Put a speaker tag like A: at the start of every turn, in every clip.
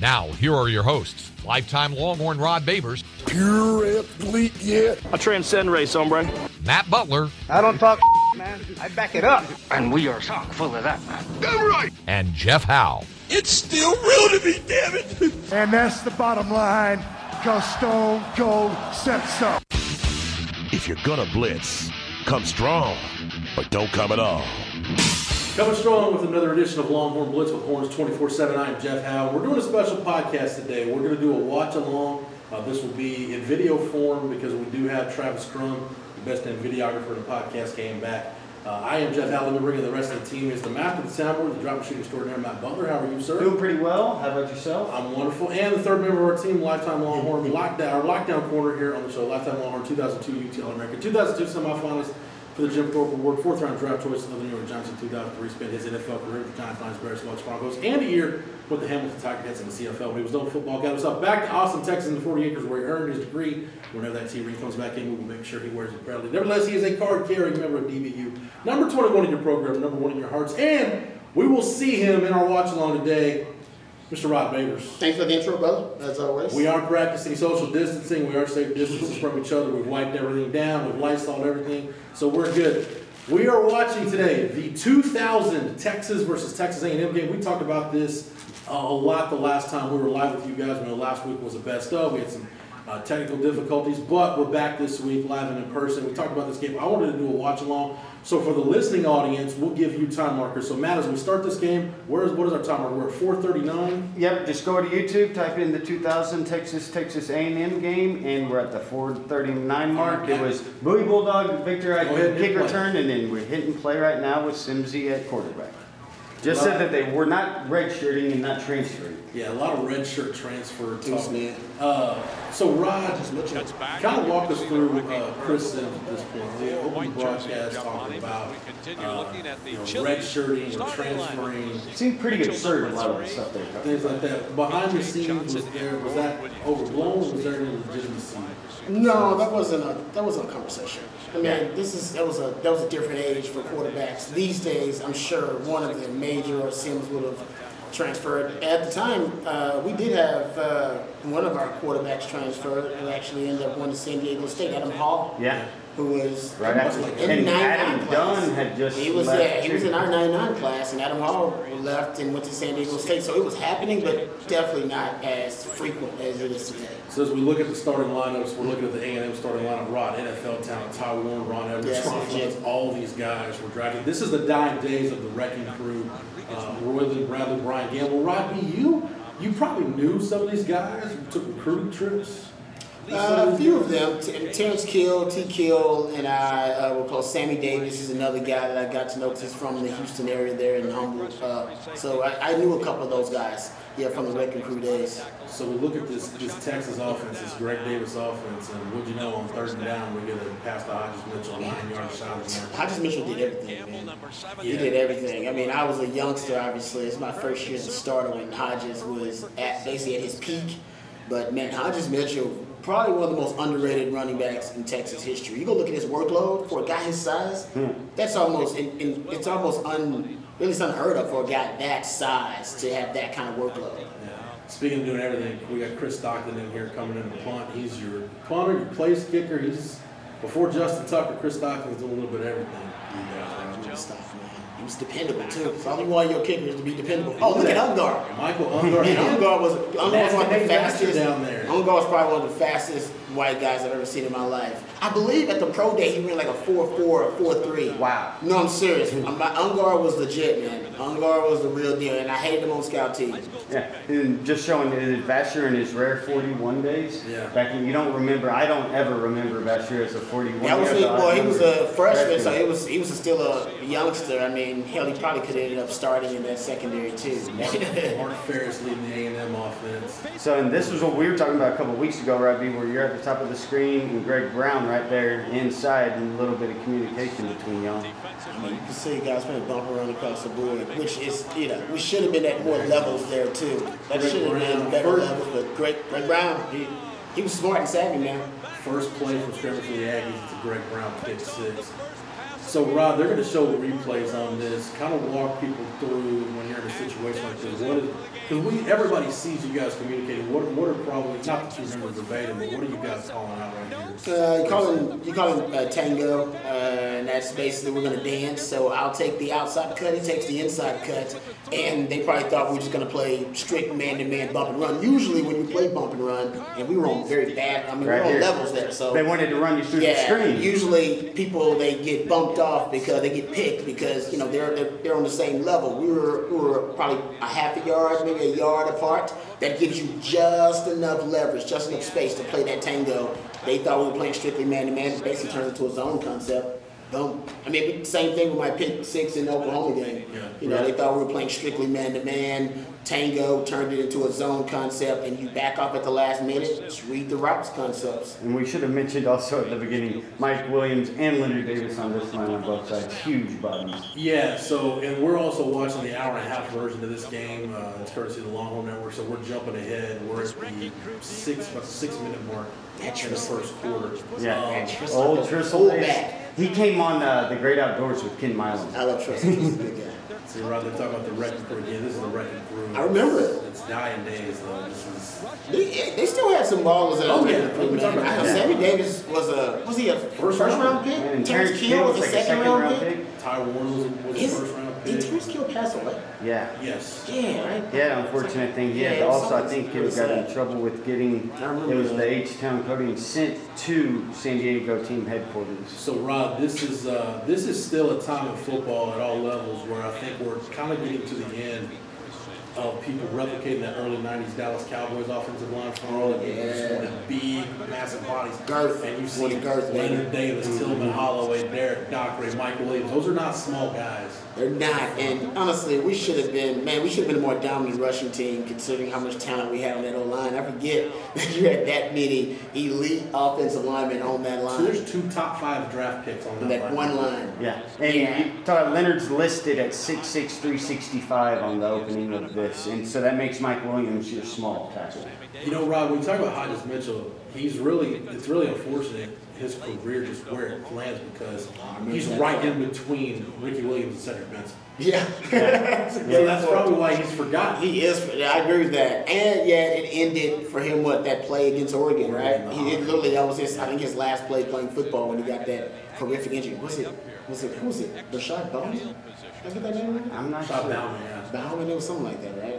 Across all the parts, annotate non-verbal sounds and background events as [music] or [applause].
A: Now, here are your hosts lifetime Longhorn Rod Babers,
B: Pure athlete, yeah.
C: I transcend race, hombre.
A: Matt Butler.
D: I don't talk, man. I back it up.
E: And we are chock full of that, man.
B: Damn right.
A: And Jeff Howe.
B: It's still real to me, damn it.
F: and that's the bottom line, because Stone Cold said so.
G: [laughs] If you're gonna blitz, come strong, but don't come at all.
H: Coming strong with another edition of Longhorn Blitz with Horns 24 7. I'm Jeff Howe. We're doing a special podcast today. We're going to do a watch along. Uh, this will be in video form because we do have Travis Crum, the best damn videographer in the podcast, game back. Uh, I am Jeff Howe. Let me bring in the rest of the team. It's the map of the soundboard, the drop and shooting extraordinaire, Matt Butler. How are you, sir?
D: Doing pretty well. How about yourself?
H: I'm wonderful. And the third member of our team, Lifetime Longhorn, lockdown, our lockdown corner here on the show, Lifetime Longhorn 2002 UT All American, 2002 semifinalist for the Jim Thorpe Award, fourth round draft choice of the New York Giants in 2003, spent his NFL career with the Giants, Lions, Bears, Bucks, Broncos, and a year with the Hamilton Tiger Cats in the CFL. When he was done with football, got himself back to Austin, Texas, in the 40 acres where he earned his degree. Whenever that T-Ring comes back in, we will make sure he wears it proudly. Nevertheless, he is a card-carrying member of DBU, number 21 in your program, number one in your hearts, and we will see him in our watch-along today. Mr. Rod Babers.
I: Thanks for the intro, brother, as always.
H: We are practicing social distancing. We are safe distances from each other. We've wiped everything down. We've Lysol everything. So we're good. We are watching today the 2000 Texas versus Texas A&M game. We talked about this uh, a lot the last time we were live with you guys. We know last week was the best of. We had some uh, technical difficulties, but we're back this week live and in person. We talked about this game. I wanted to do a watch along. So for the listening audience, we'll give you time markers. So Matt, as we start this game, where is what is our time marker? We're at 4:39.
D: Yep. Just go to YouTube, type in the 2000 Texas Texas A&M game, and we're at the 4:39 mark. It was Bowie Bulldog Victor at
H: Go ahead and hit
D: kick
H: play.
D: return, and then we're hitting play right now with Simsy at quarterback. Just said that they were not redshirting and not transferring.
H: Yeah, a lot of red shirt transfer talk. Uh, so Rod, kind of walk us through uh, Chris Sims at this point. The open broadcast talking about uh, you know, red shirting or transferring.
D: Seemed pretty absurd. A lot of the stuff they were
H: Things like that. Behind the scenes, was there was that overblown? Was there any legitimacy?
I: No, that wasn't a that wasn't a conversation. I mean, this is that was a that was a different age for quarterbacks. These days, I'm sure one of the major Sims would have transferred. At the time, uh, we did have uh, one of our quarterbacks transferred, and actually ended up going to San Diego State. Adam Hall,
D: Yeah.
I: who was
D: Right
I: he was
D: after-
I: like
D: and
I: in the 99
D: Adam
I: class.
D: Dunn had just
I: he was
D: left,
I: yeah, he was
D: too.
I: in our 99 class, and Adam Hall left and went to San Diego State. So it was happening, but definitely not as frequent as it is today.
H: So as we look at the starting lineups, we're looking at the A&M starting lineup. Rod, NFL talent, Ty Warren, Ron Evans,
I: Yes,
H: Ron
I: legit.
H: Evans, all these guys were driving. This is the dying days of the wrecking crew. Uh, Roy Lee Bradley, Brian Gamble, Rod B. You, you probably knew some of these guys. who took recruiting trips.
I: Uh, a few of them. T- Terrence Kill, T. Kill, and I uh, were close. Sammy Davis is another guy that I got to know 'cause he's from the Houston area there in Humble. Uh, so I, I knew a couple of those guys, yeah, from the Wrecking Crew days.
H: So we look at this this Texas offense, this Greg Davis offense, and what'd you know on third and down we get a pass to Hodges Mitchell, nine yard shot.
I: Hodges Mitchell did everything, man. He did everything. I mean, I was a youngster, obviously. It's my first year as a starter when Hodges was at basically at his peak. But man, Hodges Mitchell, probably one of the most underrated running backs in Texas history. You go look at his workload for a guy his size. That's almost in, in, it's almost un really it's unheard of for a guy that size to have that kind of workload.
H: Speaking of doing everything, we got Chris Stockton in here coming in to punt. He's your punter, your place kicker. He's before Justin Tucker. Chris Stockton's doing a little bit of everything.
I: He was He was dependable too. So you want your kickers to be dependable. Oh, look at Ungar.
H: [laughs] Michael Ungar.
I: Man, Ungar was Ungar was
H: That's
I: one of
H: the
I: the
H: big bastard
I: fastest.
H: down there.
I: Ungar was probably one of the fastest white guys I've ever seen in my life. I believe at the pro day he ran like a 4-4 or 4-3. Wow. No, I'm serious. I'm, not- Ungar was legit, man. Ungar was the real deal, and I hated him on scout team.
D: Yeah, and just showing that Bashir in his rare 41 days. Yeah. Back in, you don't remember. I don't ever remember Bashir as a 41.
I: That was
D: year
I: his,
D: old. I
I: well, he was
D: remember
I: a freshman, so
D: freshman.
I: he was he was still a youngster. I mean, hell, he probably could have ended up starting in that secondary too. [laughs]
H: Mark Ferris leading the A&M offense.
D: So, and this was what we were talking about a couple of weeks ago, Robbie, where you're at the top of the screen and Greg Brown right there inside, and a little bit of communication between y'all.
I: I mean, you can see guys playing bump around across the board, which is, you know, we should have been at more levels there too. That
H: Greg
I: should have
H: Brown.
I: been better levels, but Greg, Greg Brown, he, he was smart and savvy, man.
H: First play from scrimmage for the Aggies to Greg Brown, pick six. So, Rod, they're going to show replays on this. Kind of walk people through when you're in a situation like this. What is because we everybody sees you guys communicating. What what are probably not that you remember verbatim, but what are you guys calling out right here?
I: Uh, you call him, you call him uh, tango, uh, and that's basically we're gonna dance. So I'll take the outside cut, he takes the inside cut, and they probably thought we were just gonna play straight man-to-man bump and run. Usually when you play bump and run, and we were on very bad, I mean
D: Right
I: we were on
D: here.
I: levels there, so
D: They wanted to run you through the
I: yeah,
D: screen.
I: Usually people they get bumped off because they get picked because you know they're they're, they're on the same level. We were we were probably a half a yard, maybe a yard apart. That gives you just enough leverage, just enough space to play that tango. They thought we were playing strictly man to man. It Basically turns into a zone concept. Boom. I mean, same thing with my pick six in the Oklahoma game. You know, they thought we were playing strictly man to man. Tango turned it into a zone concept, and you back off at the last minute. Just read the routes concepts.
D: And we should have mentioned also at the beginning Mike Williams and Leonard Davis on this line on both sides. Huge bodies.
H: Yeah, so, and we're also watching the hour and a half version of this game. Uh, it's courtesy of the Longhorn Network, so we're jumping ahead. We're at the six, about six minute mark in the first quarter.
D: Yeah.
I: Oh,
H: Um,
D: Old Tristle Davis. He came on uh, The Great Outdoors with Ken Milan.
I: I love Tristan. He's a good guy.
H: So you're right, they're talking about the record crew again. This is the record crew.
I: I remember it.
H: It's dying days, though. This is
I: They, they still had some ballers in
H: Oh,
I: the
H: yeah.
I: record pool,
H: We're talking
I: man.
H: about
I: I know
H: that.
I: Sammy Davis was a was he a first, round, pick?
D: And
I: Terrence Keel was a second, round pick.
H: Ty Warren was, was the
I: Is-
H: first round
I: Did
H: pick.
I: Terrence Keel pass away?
D: Yeah.
H: Yes.
I: Yeah, right.
D: He had an unfortunate thing. He had
I: Yeah,
D: also, I
I: something's
D: think, he
I: really
D: got in
I: sad.
D: trouble with getting.
I: I remember
D: It was
I: that.
D: the H Town coding sent to San Diego team headquarters.
H: So Rob, this is uh, this is still a time in football at all levels where I think we're kind of getting to the end of people replicating that early '90s Dallas Cowboys offensive line from all the just wanted big, massive bodies.
I: Girth.
H: and you see
I: Wanted girth,
H: Leonard
I: baby.
H: Davis, Tillman Holloway, Derek Dockery, Mike Williams. Those are not small guys.
I: They're not, and honestly, we should have been, man, we should have been a more dominant rushing team considering how much talent we had on that O line. I forget [laughs] that you had that many elite offensive linemen on that
H: So
I: line,
H: there's two top five draft picks on that,
I: on Uh-huh. that one line.
D: Yeah. And
I: Yeah.
D: you thought Leonard's listed at 6'6, 365 on the opening of this. And so that makes Mike Williams your small tackle.
H: You know, Rob, when you talk about Hodges Mitchell, he's really, it's really unfortunate his career just where it lands because he's right in between Ricky Williams and Cedric Benson.
I: Yeah. [laughs]
H: So that's probably why he's forgotten.
I: He is. I agree with that. And yeah, it ended for him what that play against Oregon, right? He it literally that was his. I think his last play playing football when he got that horrific injury. Was it? Was it? Who was it? Rashad Bowman. Did I get that name right?
D: I'm not
H: Shot
D: sure.
H: down, yeah.
I: Bowman. It was something like that, right?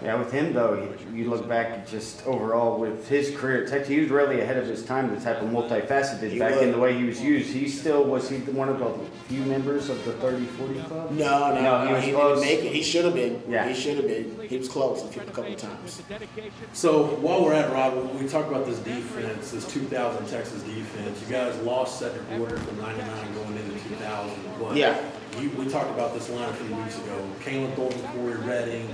D: Yeah, with him though, you look back at just overall with his career at Texas, he was really ahead of his time. The type of multifaceted
I: He
D: back in
I: was.
D: the way he was used. He still was he one of the few members of the 30-40 club.
I: No, no, no.
D: he was
I: he
D: close.
I: didn't make it. He should have been.
D: Yeah.
I: He should have been. He was close a few- a couple of times.
H: So while we're at it, Rob, we- we talked about this defense, this 2000 Texas defense. You guys lost Cedric Woodard from 99 going into 2000. But
I: Yeah.
H: You, we talked about this line a few weeks ago. Kalen Thornton, Corey Redding,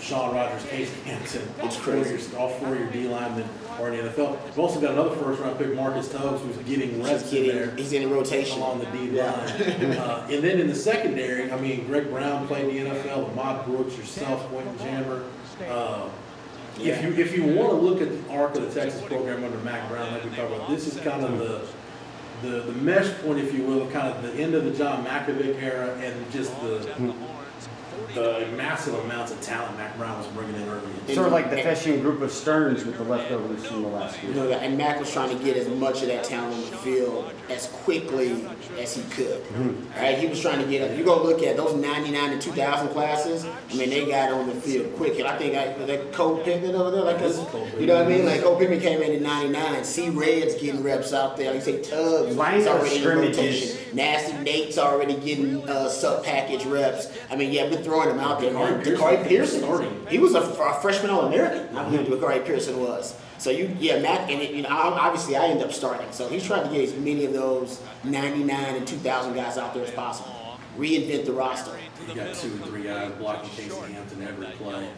H: Sean Rogers, Case Hampton. It's crazy. all four of your D linemen are in the NFL. We've also got another first round pick, Marcus Tubbs, who's getting
I: He's
H: reps in there
I: getting. He's in rotation.
H: on the D line. uh, and then in the secondary, I mean, Greg Brown played in the NFL, Ahmad Brooks, yourself, Quentin Jammer. Uh, if you if you want to look at the arc of the Texas program under Mac Brown, like we talked about, this is kind of the the, the mesh point, if you will, of kind of the end of the John Mackovic era and just the the massive amounts of talent Mac Brown was bringing in early.
D: Sort of like the fishing group of Stearns with the leftovers from the last
I: You
D: year.
I: know, and Mac was trying to get as much of that talent on the field as quickly as he could. All right, he was trying to get up. You go look at those 99 to 2000 classes. I mean, they got on the field quick. And I think I, like Cole Pittman over there, like 'cause- you know what I mean? Like Cole Pittman came in in 99. C Red's getting reps out there. Like you say, Tubbs is
D: Line of
I: already in
D: scrimmages.
I: rotation. Nasty Nate's already getting uh, sub package reps. I mean, yeah, we're throwing them out there.
H: Dakari Pearson.
I: Dakari Pearson, he was a, fr- a freshman All American. I believe Dakari Pearson was. So you, yeah, Matt, and it, you know, I- obviously I end up starting. So he's trying to get as many of those 99 and 2,000 guys out there as possible. Reinvent the roster.
H: You got two and three guys blocking Casey Hampton every play.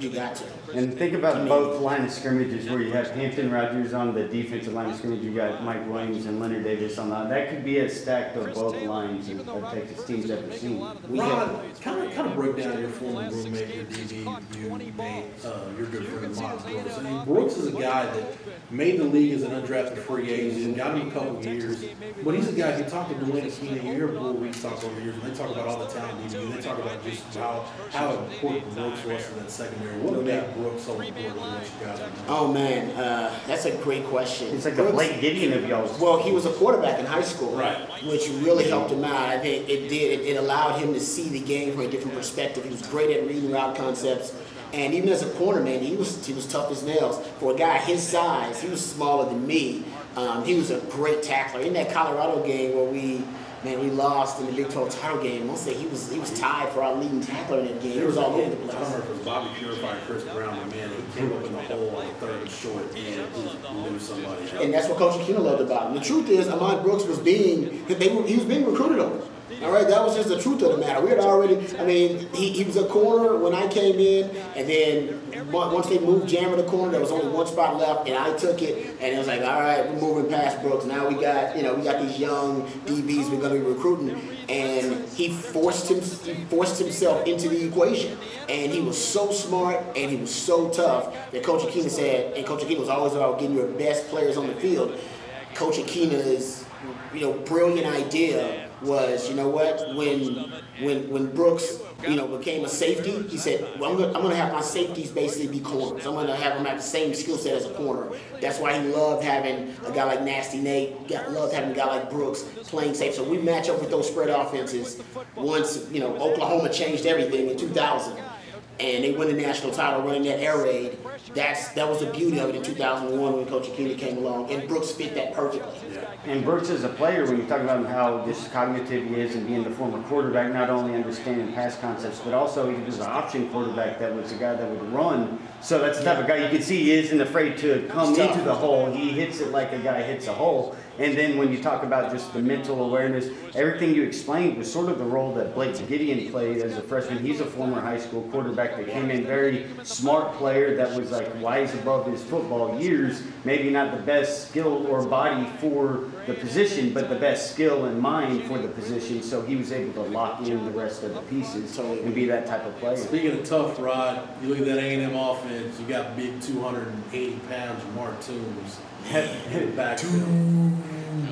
I: You got to.
D: And think about both line of scrimmages where you have Hampton Rogers on the defensive line of scrimmage, you got Mike Williams and Leonard Davis on that. That could be a stack of both lines of, of Texas teams ever seen.
H: We Ron, kind of, kind of break down your former roommate, your DB, you made, uh, your good friend Mox Brooks. I mean, Brooks is a guy that made the league as an undrafted free agent, got him a couple years, but he's a guy. If you talk to Delana Keenan, you hear Bull Reed talk over the years, and they talk about all the talent he They talk about just how how important Brooks was in that secondary. What made Brooks so important to what you guys?
I: Oh man, uh, that's a great question.
D: It's like the Blake Gideon of y'all's.
I: Well, he was a quarterback in high school,
H: Right.
I: Which really helped him out. I think it did. It, it allowed him to see the game from a different perspective. He was great at reading route concepts, and even as a corner man, he was he was tough as nails for a guy his size. He was smaller than me. Um, he was a great tackler. In that Colorado game where we. Man, we lost in the Big 12 title game. I'll say he was he was tied for our leading tackler in that game. He was all over the
H: I don't
I: place.
H: remember if it was Bobby Purify or Chris Brown, my man, who came up in the hole on third and short and just blew somebody out.
I: And that's what Coach Aquino loved about him. The truth is, Ahmad Brooks was being they were, he was being recruited over. All right, that was just the truth of the matter. We had already, I mean, he, he was a corner when I came in, and then on- once they moved Jammer to corner, there was only one spot left, and I took it, and it was like, all right, we're moving past Brooks. Now we got, you know, we got these young DBs we're going to be recruiting, and he forced him, he forced himself into the equation, and he was so smart and he was so tough that Coach Aquino said, and Coach Aquino was always about getting your best players on the field. Coach Aquina's, you know, brilliant idea was, you know what, when when when Brooks, you know, became a safety, he said, well, I'm gonna, I'm gonna have my safeties basically be corners. I'm gonna have them have the same skill set as a corner. That's why he loved having a guy like Nasty Nate, got, loved having a guy like Brooks playing safe. So we match up with those spread offenses. Once, you know, Oklahoma changed everything in 2000 and they win the national title running that air raid. That's that was the beauty of it in 2001 when Coach Akini came along, and Brooks fit that perfectly.
D: And Brooks as a player, when you talk about how just cognitive he is and being the former quarterback, not only understanding pass concepts, but also he was an option quarterback that was a guy that would run. So that's the type of guy you can see he isn't afraid to come
I: He's tough.
D: into the hole. He hits it like a guy hits a hole. And then when you talk about just the mental awareness, everything you explained was sort of the role that Blake Gideon played as a freshman. He's a former high school quarterback that came in very smart player that was like wise above his football years. Maybe not the best skill or body for the position, but the best skill and mind for the position. So he was able to lock in the rest of the pieces and be that type of player.
H: Speaking of tough, Rod, you look at that A&M offense. You got big 280 pounds Mark Toombs in the backfield.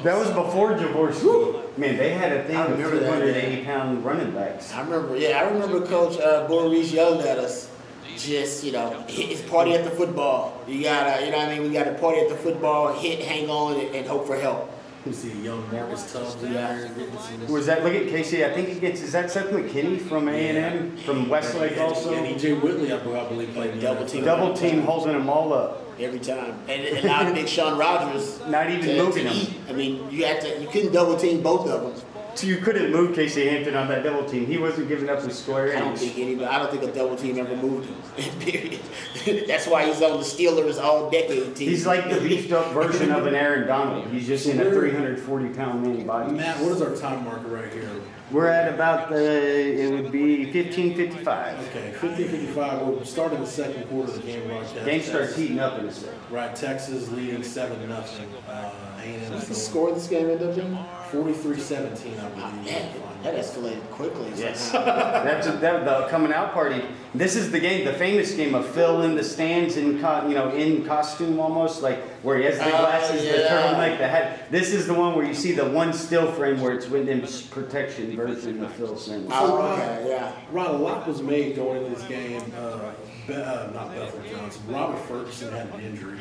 D: That was before Javorski. Man, they had a thing
I: I
D: of
I: remember that,
D: 280 pound running backs.
I: I remember, yeah, I remember Coach uh, Boris yelled at us. Just you know, hit- it's party at the football. You gotta, you know, what I mean, we gotta party at the football, hit, hang on, and, and hope for help.
H: You see young Marcus Tubbs in there. getting some-
D: Was that look at Casey? I think he gets is that Seth McKinney from A and M from Westlake
H: And
D: also.
H: E.J. Whitley, I believe, played in the
I: Double team.
H: NFL.
D: Double team holding them all up.
I: every time, and it allowed Big Sean Rogers
D: [laughs] Not even
I: to,
D: moving
I: to
D: him.
I: eat. I mean, you had to, you couldn't double team both of them.
D: So you couldn't move Casey Hampton on that double team. He wasn't giving up a square
I: I don't think
D: inch.
I: anybody. I don't think a double team ever moved him. [laughs] Period. [laughs] That's why he's on the Steelers all decade team.
D: He's like the beefed up version of an Aaron Donald. He's just in a 340 pound man body.
H: Matt, what is our time marker right here?
D: We're at about the it would be 1555.
H: Okay, 50-55. We're starting the second quarter of the game. Right
D: Game starts heating up in a second.
H: Right, Texas leading seven nothing. Uh, What's
I: the score of this game ended up being?
H: 43-17, I believe.
I: that escalated quickly.
D: Yes. That's a, that, the coming out party. This is the game, the famous game of Phil in the stands in co- you know in costume almost like where he has the
I: Oh,
D: glasses, the
I: yeah.
D: turtleneck, the hat. This is the one where you see the one still frame where it's Wyndham's protection version of Phil Simmons.
I: Ah.
H: So, Rod, Rod, a lot was made going into this game. Uh, Be- uh, not Bethel Johnson. Robert Ferguson had an injury.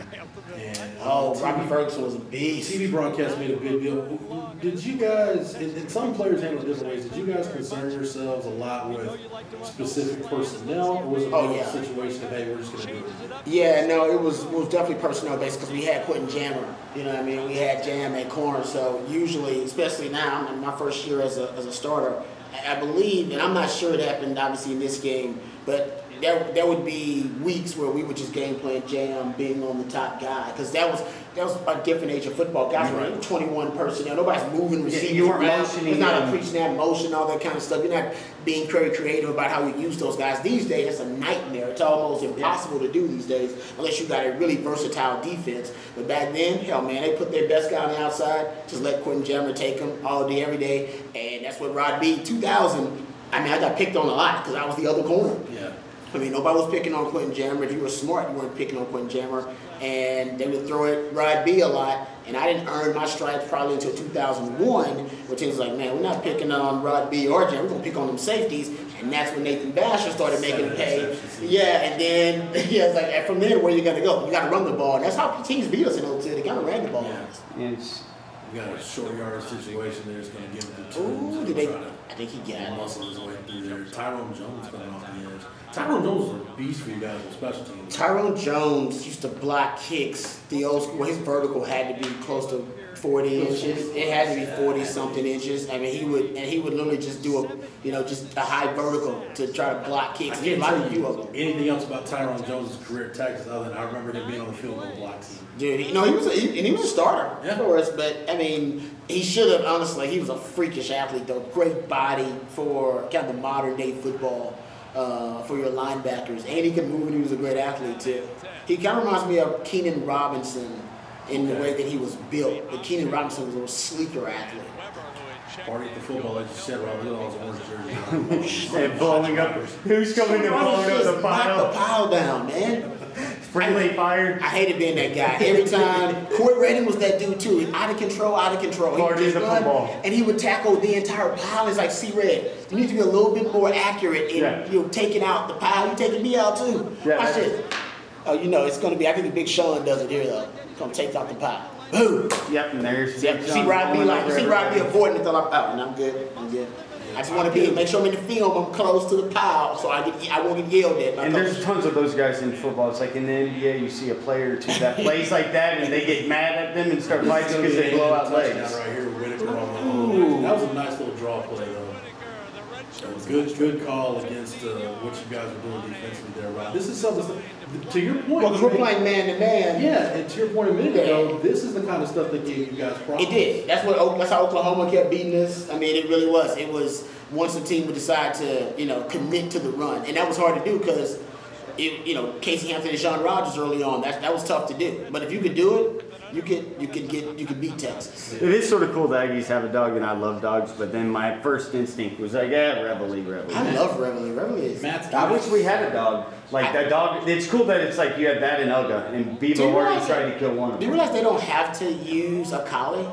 H: And, uh,
I: Oh,
D: [laughs]
I: Robert Ferguson was a beast.
H: TV broadcast made a big deal. Did you guys, and, and some players handle it different ways, did you guys concern yourselves a lot with specific personnel, or was it more
I: Oh,
H: of a
I: yeah.
H: situation of, hey, we're just going to do it?
I: Yeah, no, it was it was definitely personnel based because we had Quentin Jammer. You know what I mean? We had Jam and Corn. So usually, especially now, in my first year as a, as a starter, I, I believe, and I'm not sure it happened obviously in this game, but there, there would be weeks where we would just game plan Jam being on the top guy because that was that was a different age of football. Guys were in 21 personnel. Nobody's moving
D: Yeah,
I: receivers.
D: you weren't
I: around.
D: motioning
I: It's not a
D: them.
I: pre snap motion, all that kind of stuff. You're not being very creative about how you use those guys. These days, it's a nightmare. It's almost impossible to do these days unless you got a really versatile defense. But back then, hell, man, they put their best guy on the outside, just let Quentin Jammer take him all day, every day. And that's what Rod B, 2000. I mean, I got picked on a lot because I was the other corner.
H: Yeah.
I: I mean, nobody was picking on Quentin Jammer. If you were smart, you weren't picking on Quentin Jammer. And they would throw it Rod B a lot. And I didn't earn my stripes probably until 2001, which is like, man, we're not picking on Rod B or Jammer. We're going to pick on them safeties. And that's when Nathan Basher started making
H: Seven
I: pay.
H: interceptions.
I: Yeah, and then, [laughs] yeah, it's like, and from there, where you got to go? You got to run the ball. And that's how teams beat us in OT. They kind of ran the ball. on us.
D: And it's-
H: We got a short yard situation there. It's going to give him the
I: Ooh,
H: tools.
I: did they-
H: I
I: think he got it.
H: Muscle his way through there. Tyrone Jones coming off the edge. Tyrone Jones is a beast for you guys on special teams.
I: Tyrone Jones used to block kicks. The old school, his vertical had to be close to 40 inches. It had to be 40 something inches. I mean, he would and he would literally just do a, you know, just a high vertical to try to block
H: I
I: kicks. He
H: can't
I: blocked a
H: tell
I: few of them.
H: you anything else about Tyrone Jones' career at Texas other than I remember him being on the field goal block team.
I: Dude, he, no, he was a, he, and he was a starter for us, but I mean, he should have honestly. He was a freakish athlete, though. Great body for kind of the modern day football uh, for your linebackers, and he could move, and he was a great athlete too. He kind of reminds me of Keenan Robinson in the way that he was built, but Keenan Robinson was a little sleeker athlete.
H: Party at the football, like you said, Rob Little was orange
D: [laughs]
H: jersey.
D: and blowing up. Who's coming to blowing up the
I: Knock
D: pile?
I: the pile down, man.
D: Friendly fire.
I: I hated being that guy. Every
D: [laughs]
I: time, Corey Redding was that dude too. Out of control, out of control. He would
D: Lord is
I: just
D: the
I: run,
D: football.
I: and he would tackle the entire pile. It's like, see, Red, you need to be a little bit more accurate in
D: Yeah.
I: you know, taking out the pile. You taking me out too.
D: Yeah,
I: I
D: that's-
I: said, oh, you know, it's gonna be. I think the Big Sean does it here though. He's gonna take out the pile. Boom.
D: Yep, and there's
I: Yep. See Rod B
D: Going
I: like
D: over
I: see Rod B
D: everybody.
I: avoiding it till I'm out, and I'm good. I'm good. I just want to be make sure I'm in the film. I'm close to the pile, so I get I won't get yelled at. by
D: And
I: coach.
D: there's tons of those guys in football. It's like in the NBA, you see a player or two
I: [laughs]
D: that plays like that, and they get mad at them and start fighting because they blow out legs.
H: Right here, Whitaker on the Ooh. That was a nice little draw play, though. That was good, good call against uh, what you guys were doing defensively there, Rob. This is something, to your point.
I: well, because we're
H: you made-
I: playing man to man.
H: Yeah, and to your point a minute ago, this is the kind of stuff that gave you guys problems.
I: It did. That's what. That's how Oklahoma kept beating us. I mean, it really was. It was once the team would decide to, you know, commit to the run, and that was hard to do because, you know, Casey Hampton and Sean Rogers early on. That that was tough to do. But if you could do it, you could you could get you could beat Texas.
D: It is sort of cool that Aggies have a dog, and I love dogs. But then my first instinct was like, yeah, Reveille,
I: I
D: Reveille.
I: love Reveille. Reveille is.
H: Matt's
D: I wish we had a dog. Like that dog. It's cool that it's like you had that in Uga, and
I: Do you
D: Bebo already
I: realize-
D: tried to kill one of
I: Do you
D: them.
I: realize they don't have to use a collie?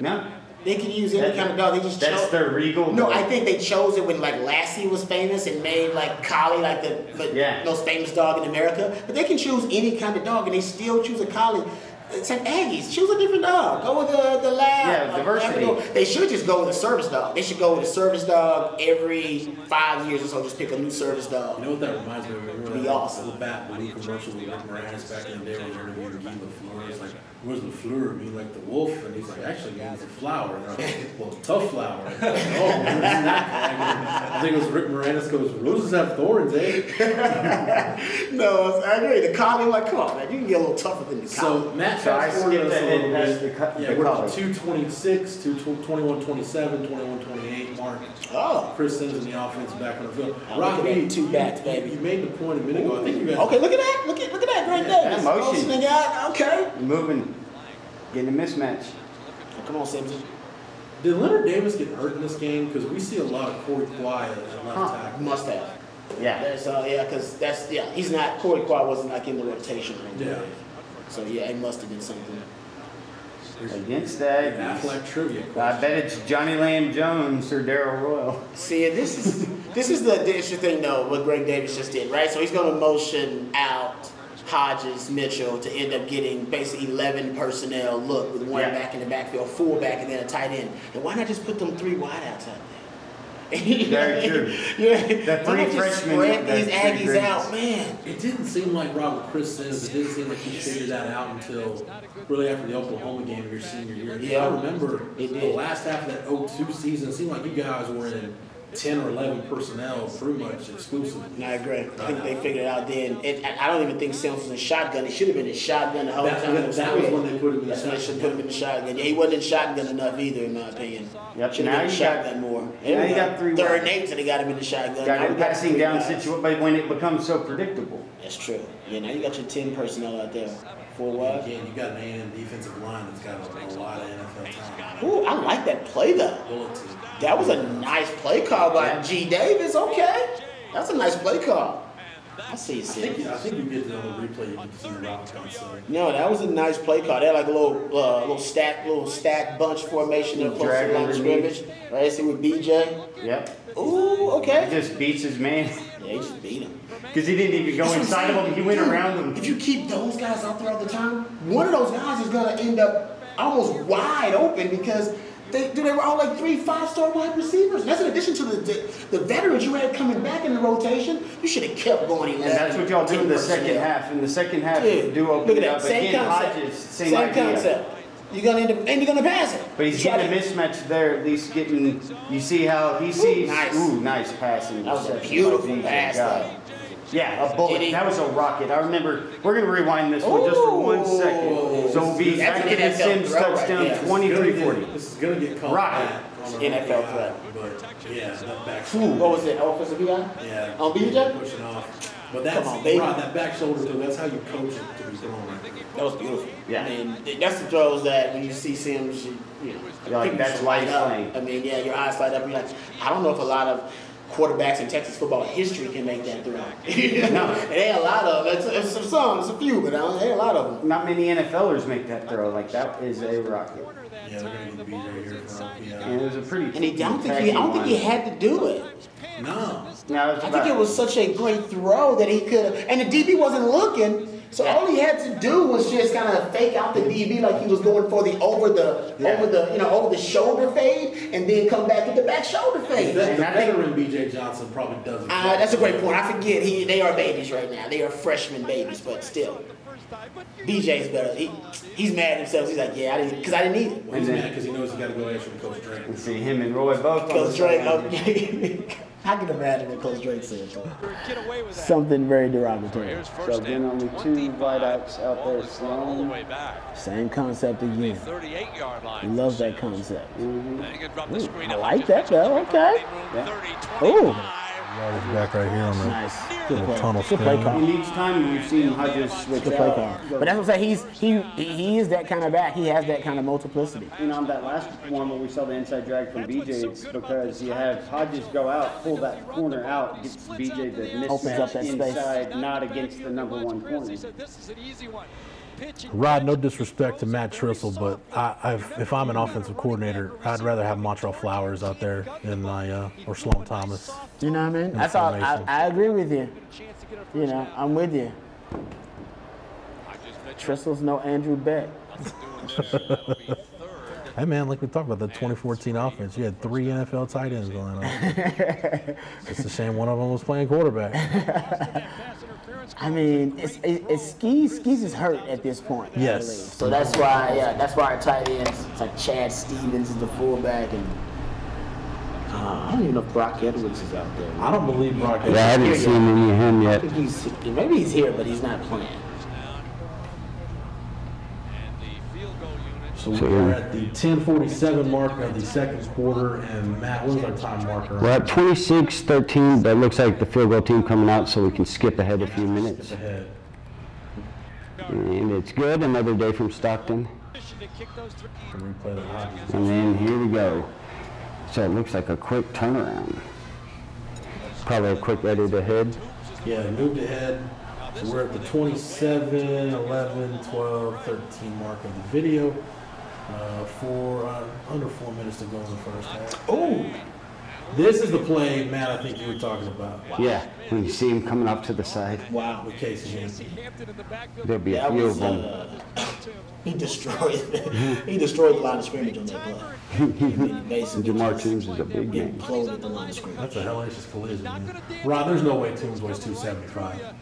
D: No,
I: They can use any
D: That-
I: kind of dog. They just
D: that's
I: chose-
D: their regal.
I: No,
D: dog.
I: I think they chose it when like Lassie was famous and made like Collie like the, the
D: Yeah.
I: most famous dog in America. But they can choose any kind of dog and they still choose a Collie. It's like Aggies, choose a different dog. Go with the the lab.
D: Yeah, diversity.
I: They should just go with a service dog. They should go with a service dog every five years or so. Just pick a new service dog.
H: You know what that reminds me of? Remember
I: Be
H: that
I: awesome.
H: The Bat Blue commercial with Rick Moranis back in the day when they were interviewing Guy LaFleur. It's like, where's LaFleur? Mean like the wolf? And he's like, actually, man, it's a flower. And I'm like, well, tough flower. And I'm like, oh, where's that? I think it was Rick Moranis goes, roses have thorns, eh?
I: No, I agree. The Collie, like, come on, man, you can get a little tougher than the Collie.
H: So Matt
D: So I
H: fast forwarded
D: skipped
H: us a
D: ahead
H: little
D: past
H: bit.
D: the cut-
H: yeah,
D: the
H: we're
D: color.
H: at 226, 221, 27, 21, 28 mark.
I: oh,
H: Chris Sims and the offense back on the field.
I: I'm
H: Rob
I: looking at
H: B,
I: two
H: you-
I: bats,
H: you-
I: baby.
H: You made the point a minute ago. I think you guys
I: okay, look at that. Look at look at that. Great
D: Yeah,
I: day.
D: that motion.
I: Motioning out. Okay.
D: moving, getting a mismatch.
I: Come on, Simpson.
H: Did Leonard Davis get hurt in this game? Because we see a lot of Corey Kawhi at left
I: Huh,
H: tackle.
I: Must have.
D: Yeah.
I: Uh, That's, uh, yeah, because that's, yeah, he's not, Corey Quad wasn't like in the rotation. or anything.
H: Yeah.
I: So, yeah, it must have been something.
D: Against that,
H: Affleck trivia.
D: I bet it's Johnny Lamb Jones or Daryl Royal.
I: See, and this is this is the interesting thing though what Greg Davis just did, right? So he's going to motion out Hodges, Mitchell to end up getting basically eleven personnel look with one
D: Yeah.
I: back in the backfield, full back, and then a tight end. And why not just put them three wideouts out there? [laughs]
D: Very true.
I: yeah.
D: The
I: why
D: three
I: not just
D: freshmen,
I: spread
D: the
I: these
D: three
I: Aggies
D: greats.
I: out, man?
H: It didn't seem like Robert Chris says. It didn't seem like he figured that out until really after the Oklahoma game of your senior year. Yeah,
I: Yeah.
H: I remember
I: It
H: the
I: did.
H: last half of that 02 season. It seemed like you guys were in 10 or 11 personnel pretty much exclusively.
I: I agree. I think they figured it out then. It, I I don't even think Simpson was shotgun. It should have been in shotgun the whole
H: That-
I: time.
H: that-
I: it
H: that was
I: spread.
H: when they put him in the
I: That's when they should
H: shotgun.
I: put him in the shotgun. Yeah, he wasn't in shotgun enough either, in my opinion.
D: Yep,
I: Should
D: now
I: have been in
D: you got-
I: shotgun more.
D: now
I: They
D: you
I: were
D: got three
I: Third and
D: wide.
I: eight, so they got him in the shotgun. Now
D: Got
I: we
D: a
I: got
D: passing
I: three
D: down
I: guys.
D: situation, but when it becomes so predictable.
I: That's true. Yeah, now you got your ten personnel out there. For what?
H: Again, you got an A&M defensive line that's got a, a lot of NFL time.
I: Ooh, I like that play though.
H: Ability.
I: That was a nice play call by G. Davis. Okay, that's a nice play call. I see you,
H: I
I: Sid.
H: think, I think you get the replay. You can see the route concept.
I: No, that was a nice play call. They had like a little, uh, little stack, little stack bunch formation up close to
D: Drag
I: the line of
D: underneath.
I: scrimmage. Right, see with BJ.
D: Yep.
I: Ooh,
D: He
I: okay.
D: just beats his man [laughs]
I: Yeah, he just beat him.
D: because he didn't even go inside of him. He went around
I: If
D: him.
I: you keep those guys out there all the time, one of those guys is gonna end up almost wide open because they, dude, they were all like three, five-star wide receivers. And that's in addition to the, the the veterans you had coming back in the rotation. You should have kept going.
D: And that's what y'all do in the second half. In the second half, you do open
I: Look at
D: it
I: that.
D: up
I: same
D: again.
I: concept.
D: Hodges, same,
I: same
D: idea.
I: concept. You're gonna end up, and you're gonna pass it.
D: But he's
I: Try
D: getting a
I: to-
D: mismatch there. At least getting. You see how he sees.
I: nice.
D: Ooh, nice passing.
I: That was a
D: interception by
I: beautiful
D: DJ.
I: pass,
D: God. Yeah, a bullet.
I: Did he-
D: That was a rocket. I remember. We're gonna rewind this one just for one
I: Ooh.
D: second. So we'll be
I: That's
D: back
I: an
D: at the
I: NFL
D: Sims
I: throw right
D: touchdown
I: there.
D: twenty-three forty.
H: This is going to get called
D: Rocket.
H: back on the
I: NFL
H: RPI,
I: threat.
H: But yeah, that back.
I: What was it? Offensive guy?
H: Yeah.
I: On BJ?
H: Pushing off. But that's
I: Come on, baby.
H: Rod, that back shoulder throw, that's how you coach it to be thrown.
I: That was beautiful.
D: Yeah.
I: I mean, th- that's the throws that when you see Sims, you, you know,
D: You're like,
I: people
D: that's
I: just
D: why
I: light
D: he's
I: up.
D: playing.
I: I mean, yeah, your eyes light up. You're like, I don't know if a lot of quarterbacks in Texas football history can make that
D: [laughs]
I: throw. [laughs] no, it ain't a lot of them. It's, it's some, some, it's a few, but I don't, it ain't a lot of them.
D: Not many NFLers make that throw. Like that is a rocket.
H: Yeah, they're going to get BJ here for
D: And it
H: RPI.
D: was a pretty.
I: And he, I don't think he, I don't think he had to do it.
H: No.
D: No, it was
I: I
D: about-
I: think it was such a great throw that he could have, and the DB wasn't looking. So all he had to do was just kind of fake out the DB like he was going for the over the
D: Yeah.
I: over the you know over the shoulder fade, and then come back with the back shoulder
H: The
I: fade.
H: vet-
D: And
H: the
D: I think-
H: veteran BJ Johnson probably doesn't.
I: Uh, that's a great point. I forget he they are babies right now. They are freshman babies, but still, BJ's better. He, he's mad at himself. He's like, yeah, I didn't because I didn't need it.
H: Well, he's mad because he knows he got to go answer to Coach Drake.
D: And see him and Roy both. on the
I: Coach Drake,
D: sideline.
I: okay. [laughs] I can imagine what Coach Drake said. Something very derogatory.
D: So again, only two wideouts out there. Sloan.
I: Same concept again.
E: 38 yard line.
I: Love that concept.
E: They could drop the screen
I: I
E: up.
I: like that though. Okay. Ooh,
J: back right here on the
I: nice. Good play.
J: tunnel
I: Good play
J: spin.
D: And
I: call.
D: each time we've seen Hodges switch
I: Good play
D: out,
I: call. But that's what I'm saying. He's he he is that kind of back. He has that kind of multiplicity.
D: And on that last one where we saw the inside drag from BJ, it's because you have Hodges go out, pull that corner out, gets BJ the
I: Opens up
D: mismatch
I: that space.
D: inside, not against the number one corner.
J: Rod, no disrespect to Matt Trissel, but I, I've, if I'm an offensive coordinator, I'd rather have Montreal Flowers out there than my uh, or Sloan Thomas.
I: You know what I mean? That's all. I,
J: Information.
I: I agree with you. You know, I'm with you. Tristle's no Andrew Beck.
J: Hey man, like we talked about the 2014 offense, you had three NFL tight ends going on. it's a shame one of them was playing quarterback.
I: I mean, it's, it's, it's skis. Skis is hurt at this point. I
J: Yes.
I: believe. So that's why, yeah, that's why our tight ends, it's like Chad Stevens is the fullback, and uh, I don't even know if Brock Edwards is out there.
J: I don't believe Brock.
I: haven't seen
D: any of him
I: I think he's maybe he's here, but he's not playing.
J: So we're at the 10:47 mark of the second quarter, and Matt, what was our time marker?
K: We're at 26 13. That looks like the field goal team coming out, so we can skip ahead a few minutes.
J: Ahead. Mm,
K: And it's good. Another day from Stockton.
D: And then here we go. So it looks like a quick turnaround. Probably a quick edit ahead.
L: Yeah, they moved ahead. So we're at the 27, 11, 12, 13 mark of the video. Uh, four, uh, under four minutes to go in the first half. Oh, this is the play, Matt. I think you were talking about.
D: Yeah, when you see him coming up to the side,
L: Wow, with Casey Hampton.
D: there'll be a
I: That
D: few
I: was,
D: of them.
I: uh, he destroyed [laughs] he destroyed the line of scrimmage on that play. uh,
D: Jamar Toombs is a big
I: He
D: man.
I: imploded the line of scrimmage.
L: That's a hellacious collision, man. Ron, there's no way Toombs weighs 275.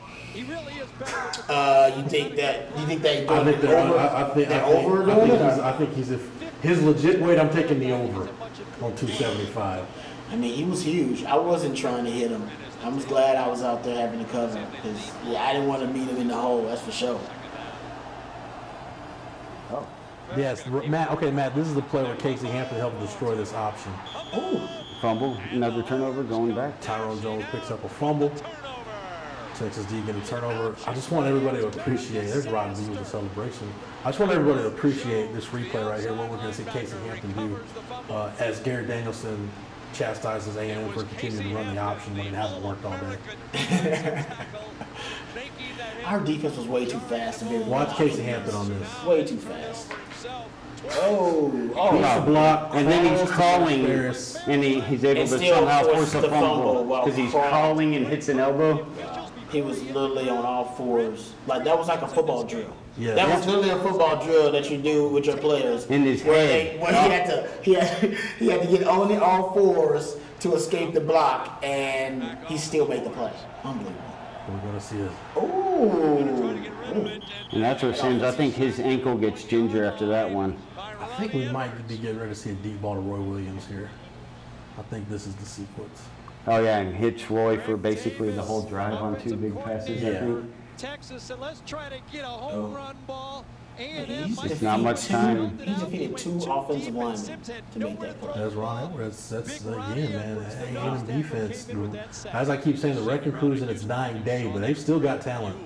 I: Uh, you think that you think that
L: I think they're,
I: over,
L: I, I think,
I: they're
L: I think,
I: over
L: I
I: doing
L: think
I: it?
L: he's, I think he's if his legit weight. I'm taking the over on 275.
I: I mean, he was huge. I wasn't trying to hit him. I was glad I was out there having to cover him because yeah, I didn't want to meet him in the hole. That's for sure.
H: Yes, R- Matt. Okay, Matt. This is the play where Casey Hampton helped destroy this option.
D: Fumble, another turnover, going back.
H: Tyrone Jones picks up a fumble. Texas D get a turnover. I just want everybody to appreciate. There's Rod Z with the celebration. I just want everybody to appreciate this replay right here. What we're going to see Casey Hampton do uh, as Garrett Danielson chastises A&M for continuing to run the option when it hasn't worked all day.
I: Our defense was way too fast to be able to
H: Watch
I: block.
H: Casey Hampton on this.
I: Way too fast. Oh, oh,
D: Wow. and then he's crawling, and he, he's able
I: And
D: to
I: still
D: somehow
I: force
D: force a
I: the fumble
D: fumble
I: while
D: because he's
I: crawling.
D: crawling and hits an elbow.
I: He was literally on all fours. Like that was like a football drill.
D: Yeah.
I: That was literally a football drill that you do with your players.
D: In his
I: where
D: head.
I: they- where he had to he had, he had to get on the all fours to escape the block and he still made the play. Unbelievable.
H: We're going to see it.
I: Ooh.
D: And that's where Sims. I think his ankle gets ginger after that one.
H: I think we might be getting ready to see a deep ball to Roy Williams here. I think this is the sequence.
D: Oh yeah, and hits Roy for basically the whole drive on two big passes. I
H: Yeah.
D: think
M: Texas, and let's try to get a home run ball. And
D: it's not much time.
I: He defeated two offensive linemen to make that play.
H: That's Ron Edwards. That's again, man. A&M defense. As I keep saying, the record proves that it's dying day, but they've still got talent,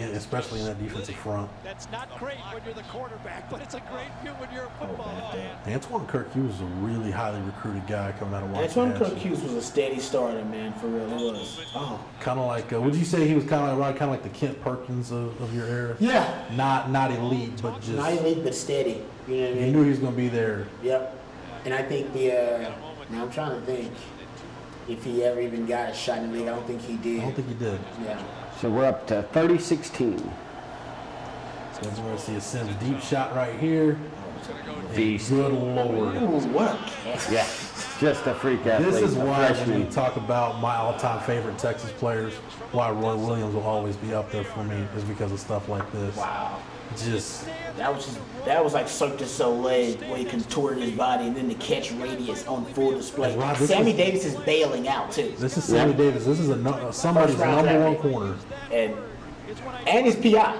H: and especially in that defensive front.
M: That's not great when you're the quarterback, but it's a great view when you're a football fan.
H: Oh, Antoine Kirk Hughes is a really highly recruited guy coming out of Washington.
I: Antoine Kirk Hughes was a steady starter, man, for real. He was. Oh.
H: Kind of like, uh, would you say he was kind of like, kind of like the Kent Perkins of, of your era?
I: Yeah.
H: Not not elite, but just
I: Not elite, but steady. You know what I
H: you
I: mean?
H: knew he was going to be there.
I: Yep. And I think the uh, now I'm trying to think if he ever even got a shot in the league. I don't think he did.
H: I don't think he did.
I: Yeah.
D: So we're up to 30-16.
H: So we're going to see a Sims deep shot right here.
D: Beast.
H: Good lord.
D: Yeah, just a freak athlete.
H: This is
D: a
H: why when
D: freshman.
H: we talk about my all-time favorite Texas players, why Roy Williams will always be up there for me is because of stuff like this.
I: Wow.
H: Just
I: That was just, that was like Cirque du Soleil where he contorted his body and then the catch radius on full display.
H: And Rob, this
I: Sammy
H: is-
I: Davis is bailing out too.
H: this is Sammy Davis. This is a nu- uh, somebody's
I: First round
H: number one
I: pick.
H: corner.
I: And and his PI.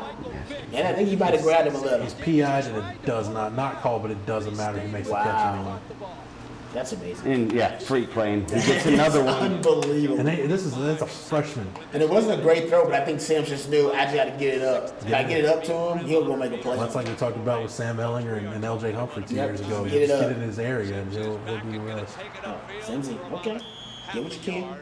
I: And I think he might have grabbed him a little.
H: He's PI'd and it does not not call, but it doesn't matter. He makes the catch anyway.
I: Wow. That's amazing.
D: And yeah, freak playing.
I: [laughs]
D: He gets another
I: It's
D: one.
I: Unbelievable.
H: And they, this is that's a freshman.
I: And it wasn't a great throw, but I think Sam just knew I just got to get it up. If I
H: Yeah.
I: get it up to him, he'll go make a play.
H: That's like we talked about with Sam Ellinger and, and LJ Humphrey two
I: Yep,
H: years
I: just
H: ago.
I: get
H: You
I: it
H: just
I: up.
H: get in his area and he'll, he'll be with us.
I: Simsy, okay. Get what you can.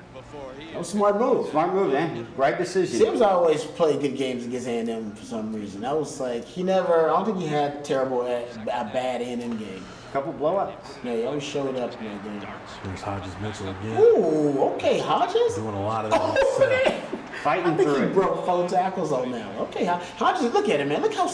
I: That was a smart move.
D: Smart move, man. Right decision.
I: Sims always played good games against A&M for some reason. I was like, he never, I don't think he had terrible, uh, a a bad A&M game.
D: Couple blowouts.
I: No, he always showed up in that game.
H: There's Hodges Mitchell again.
I: Ooh, okay, Hodges?
H: Doing a lot of that.
I: [laughs] Oh,
H: himself.
I: man.
D: Fighting
I: I think
D: through
I: he
D: it.
I: broke four tackles on now. Okay, Hod- Hodges, look at him, man. Look how,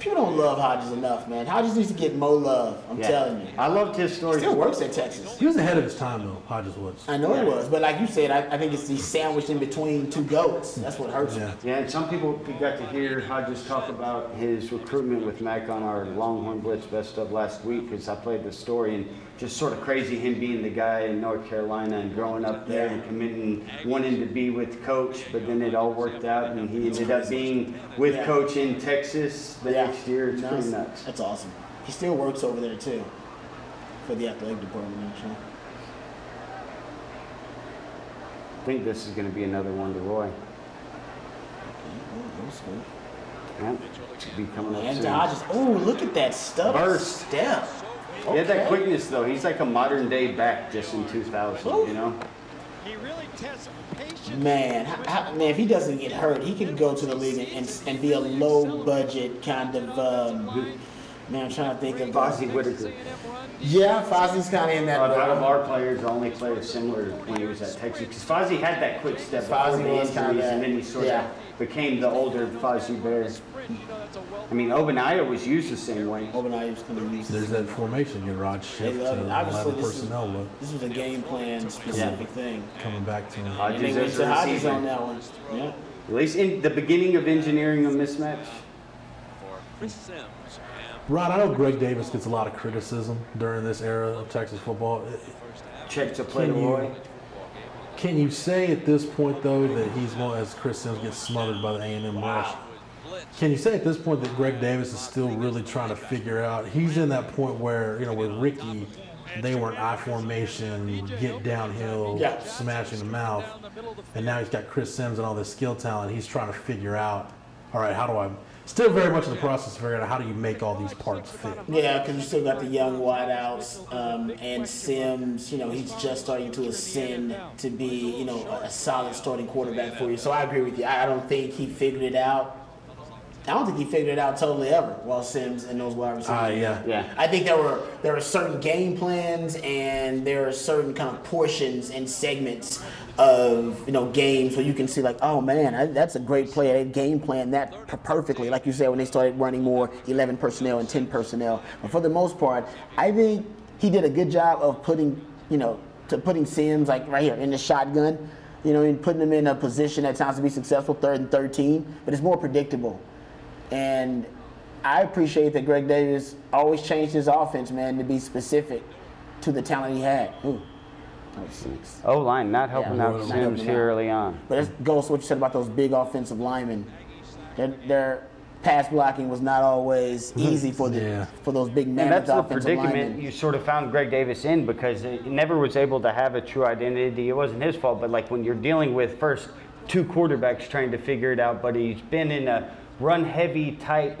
I: people don't love Hodges enough, man. Hodges needs to get more love, I'm
D: Yeah.
I: telling you.
D: I loved his story.
I: Still works at Texas.
H: He was ahead of his time though. Hodges was.
I: I know it was, but like you said, I, I think it's the sandwiched in between two goats. That's what hurts me.
D: Yeah, and some people you got to hear Hodges talk about his recruitment with Mac on our Longhorn Blitz best of last week because I played the story and just sort of crazy him being the guy in North Carolina and growing up there and committing, wanting to be with Coach, but then it all worked out and he ended up being with
I: Yeah.
D: Coach in Texas the next year. It's pretty nuts.
I: That's awesome. He still works over there too, for the athletic department actually. Oh,
D: I think this is going to be another one to Roy.
I: Ooh, that was good.
D: Yep. Be coming up
I: And
D: soon.
I: Hodges. Ooh, look at that stub.
D: Burst.
I: Step.
D: He had that
I: Okay.
D: quickness though. He's like a modern day back just in 2000. You know.
I: Man, h- h- man, if he doesn't get hurt, he could go to the league and, and, and be a low budget kind of. Um, man, I'm trying to think of. uh,
D: Fozzie Whitaker.
I: Yeah, Fozzie's kind of in that.
H: Uh,
D: But out of our players, the only player similar when he was at Texas, because Fozzie had that quick step before
I: Fozzie
D: the
I: was
D: injuries,
I: kinda that,
D: and then he sort
I: yeah.
D: of became the older Fozzie Bear. I mean, Obanaya was used the same way.
I: Obanaya was kind of used.
H: There's that formation, your rod shift uh,
I: love
H: to
I: it. Obviously,
H: 11
I: this is-
H: personnel look.
I: This was a game plan specific thing.
H: Coming back to him.
I: And they
D: Hodges
I: went
D: as
I: to
D: a
I: Hodges
D: receiver.
I: on that one. Yeah.
D: At least in the beginning of engineering a mismatch.
H: Rod, I know Greg Davis gets a lot of criticism during this era of Texas football.
D: Check to play to
H: Can you-
D: Roy.
H: Can you say at this point, though, that he's going as Chris Sims gets smothered by the A&M rush? Can you say at this point that Greg Davis is still really trying to figure out? He's in that point where you know with Ricky, they were in I formation, get downhill,
I: Yeah.
H: smashing the mouth, and now he's got Chris Sims and all this skill talent. He's trying to figure out, all right, how do I? Still very much in the process of figuring out how do you make all these parts fit.
I: Yeah, because you still got the young wideouts um, and Sims. You know, he's just starting to ascend to be, you know, a, a solid starting quarterback for you. So I agree with you. I, I don't think he figured it out. I don't think he figured it out totally ever while Sims and those wide receivers.
H: Ah, yeah.
D: Yeah.
I: I think there were there are certain game plans and there are certain kind of portions and segments of you know games where you can see like oh man I, that's a great player they game plan that per- perfectly like you said when they started running more 11 personnel and 10 personnel but for the most part I think he did a good job of putting you know to putting Sims like right here in the shotgun you know and putting him in a position at times to be successful third and 13 but it's more predictable and I appreciate that Greg Davis always changed his offense, man, to be specific to the talent he had. Ooh. That was six.
D: O line not helping
I: Yeah,
D: out
I: not
D: Sims
I: helping
D: here
I: out.
D: early on.
I: But it goes to what you said about those big offensive linemen. Their, their pass blocking was not
H: [laughs]
I: always easy for the for those big
D: And
I: mammoth
D: that's the
I: offensive
D: predicament
I: linemen.
D: you sort of found Greg Davis in because he never was able to have a true identity. It wasn't his fault, but like when you're dealing with first two quarterbacks trying to figure it out, but he's been in a run heavy type.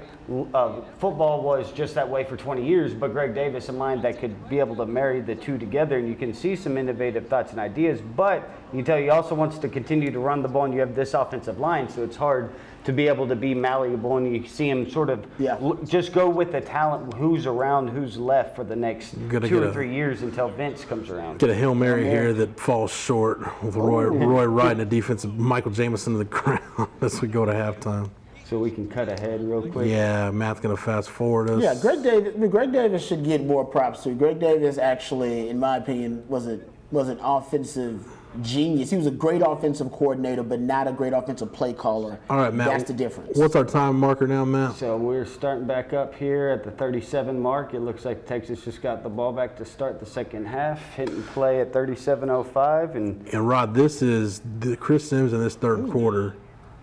D: Uh, football was just that way for 20 years, but Greg Davis, a mind that could be able to marry the two together, and you can see some innovative thoughts and ideas. But you can tell he also wants to continue to run the ball, and you have this offensive line, so it's hard to be able to be malleable. And you see him sort of
I: Yeah.
D: l- just go with the talent who's around, who's left for the next
H: Gotta
D: two
H: get
D: or
H: a-
D: three years until Vince comes around.
H: Get a Hail Mary here that falls short with Roy,
I: Oh,
H: Roy riding a defensive Michael Jameson to the [laughs] ground as we go to halftime.
D: So we can cut ahead real quick.
H: Yeah, Matt's going to fast forward us.
I: Yeah, Greg Davis. I mean, Greg Davis should get more props too. Greg Davis actually, in my opinion, was a was an offensive genius. He was a great offensive coordinator, but not a great offensive play caller.
H: All right, Matt.
I: That's the difference.
H: What's our time marker now, Matt?
D: So we're starting back up here at the 37 mark. It looks like Texas just got the ball back to start the second half. Hit and play at 37:05, and
H: And Rod, this is the, Chris Sims in this third quarter.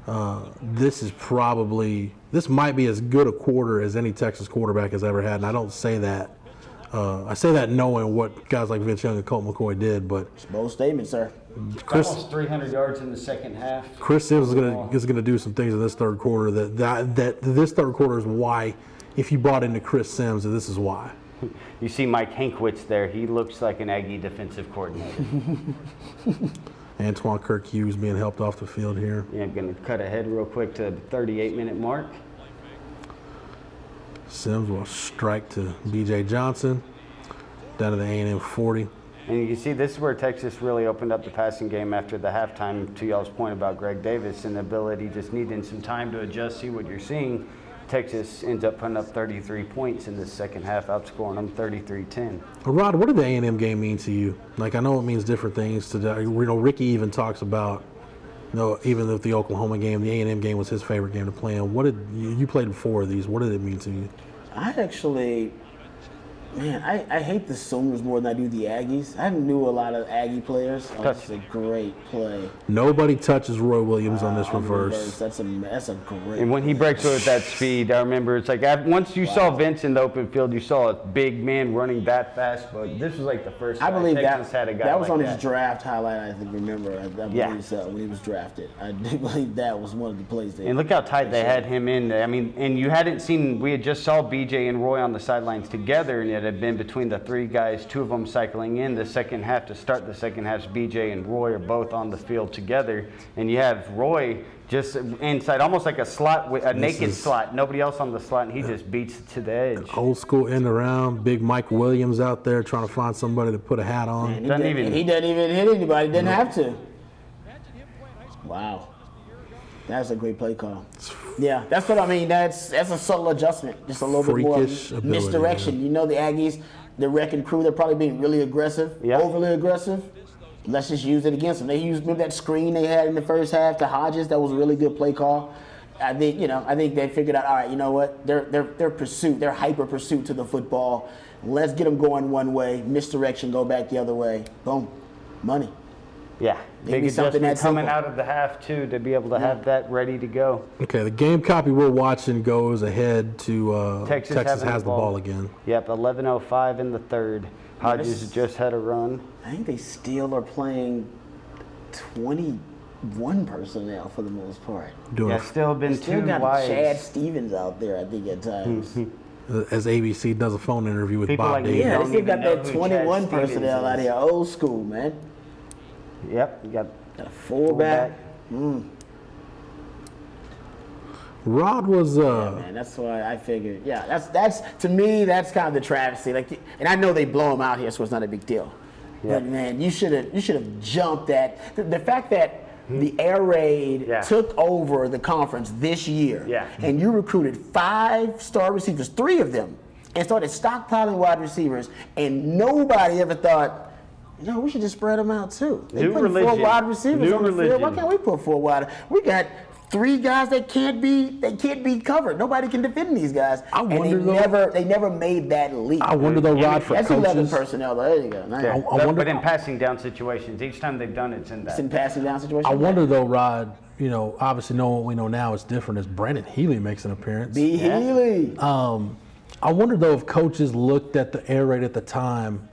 H: Uh, this is probably this might be as good a quarter as any Texas quarterback has ever had, and I don't say that. Uh, I say that knowing what guys like Vince Young and Colt McCoy did, but
I: Bold statement, sir.
H: Chris
D: almost 300 yards in the second half.
H: Chris Sims is gonna is gonna do some things in this third quarter that that that this third quarter is why if you brought into Chris Sims, this is why.
D: You see Mike Hankwitz there. He looks like an Aggie defensive coordinator. [laughs]
H: Antoine Kirk Hughes being helped off the field here.
D: yeah, I'm gonna cut ahead real quick to the 38 minute mark.
H: Sims will strike to B.J. Johnson down to the A&M 40.
D: And you can see this is where Texas really opened up the passing game after the halftime, to y'all's point about Greg Davis and the ability just needing some time to adjust, see what you're seeing. Texas ends up putting up 33 points in the second half, outscoring them 33 10.
H: Rod, what did the A&M game mean to you? Like I know it means different things to the- you know Ricky even talks about you know even with the Oklahoma game, the A&M game was his favorite game to play. in. What did you, you played four of these? What did it mean to you?
I: I actually Man, I, I hate the Sooners more than I do the Aggies. I knew a lot of Aggie players. Oh, that's a great play.
H: Nobody touches Roy Williams on this reverse.
I: That's a that's a great.
D: And when he breaks through at that speed, I remember it's like I, once you saw Vince in the open field, you saw a big man running that fast. But this was like the first.
I: I
D: time
I: believe
D: Texas
I: that
D: had a guy
I: that was
D: like
I: on
D: that.
I: his draft highlight. I think remember. I, I believe
D: Yeah.
I: so, when he was drafted. I [laughs] do believe that was one of the plays. They
D: And look how tight they had him in. I mean, and you hadn't seen. We had just saw BJ and Roy on the sidelines together, and it had been between the three guys, two of them cycling in the second half to start the second half. BJ and Roy are both on the field together, and you have Roy just inside, almost like a slot, with a
H: This
D: naked
H: is-
D: slot. Nobody else on the slot, and he just beats it to the edge.
H: Old school end around, big Mike Williams out there trying to find somebody to put a hat on.
I: And he, doesn't even, he doesn't even hit anybody. Didn't have to. Wow, that's a great play call. Yeah, that's what I mean. That's that's a subtle adjustment, just a little
H: Freakish
I: bit more
H: ability,
I: misdirection. You know the Aggies, the wrecking crew. They're probably being really aggressive, overly aggressive. Let's just use it against them. They used remember that screen they had in the first half to Hodges. That was a really good play call. I think you know. I think they figured out. All right, you know what? Their their their pursuit, their hyper pursuit to the football. Let's get them going one way, misdirection, go back the other way. Boom, money.
D: Yeah,
I: Maybe
D: big
I: something
D: adjustment
I: that
D: coming
I: simple.
D: out of the half too to be able to have that ready to go.
H: Okay, the game copy we're watching goes ahead to uh,
D: Texas
H: Texas,
D: having
H: has
D: the
H: the
D: ball.
H: ball again.
D: Yep, 11:05 in the third. Hodges
I: Yes.
D: just had a run.
I: I think they still are playing 21 personnel for the most part.
H: Doing Yeah, it.
D: still been
I: still
D: two
I: got
D: wides.
I: Chad Stevens out there, I think, at times.
H: As ABC does a phone interview with
D: People
H: Bob
D: like me
H: Davis.
I: yeah, they
D: don't
I: still
D: even
I: got
D: know
I: that
D: who Chad
I: 21
D: Stevens
I: personnel out
D: is.
I: here. Old school, man.
D: Yep, you got
I: Got a fullback. Mm,
H: Rod was uh,
I: man, that's why I figured. Yeah, that's that's to me that's kind of the travesty. Like, and I know they blow him out here, so it's not a big deal. But man, you should have you should have jumped that. The, the fact that
D: Hmm?
I: the air raid took over the conference this year, and you recruited five star receivers, three of them, and started stockpiling wide receivers, and nobody ever thought. No, we should just spread them out too. They
D: New
I: put four
D: religion.
I: wide receivers
D: New
I: on the field. Why
D: religion.
I: can't we put four wide? We got three guys that can't be they can't be covered. Nobody can defend these guys. I
H: wonder,
I: and they
H: though-
I: never they never made that leap.
H: I wonder, though, Rod, for
I: That's eleven
H: coaches-
I: personnel. Though. There you go. Nice.
D: Yeah.
H: I
D: but,
H: wonder-
D: but in passing down situations, each time they've done it, it's in that.
I: It's in passing down situation.
H: I wonder though, Rod. You know, obviously, knowing what we know now, it's different. As Brandon Healy makes an appearance.
I: B. Healy.
H: Um, I wonder though if coaches looked at the air raid at the time,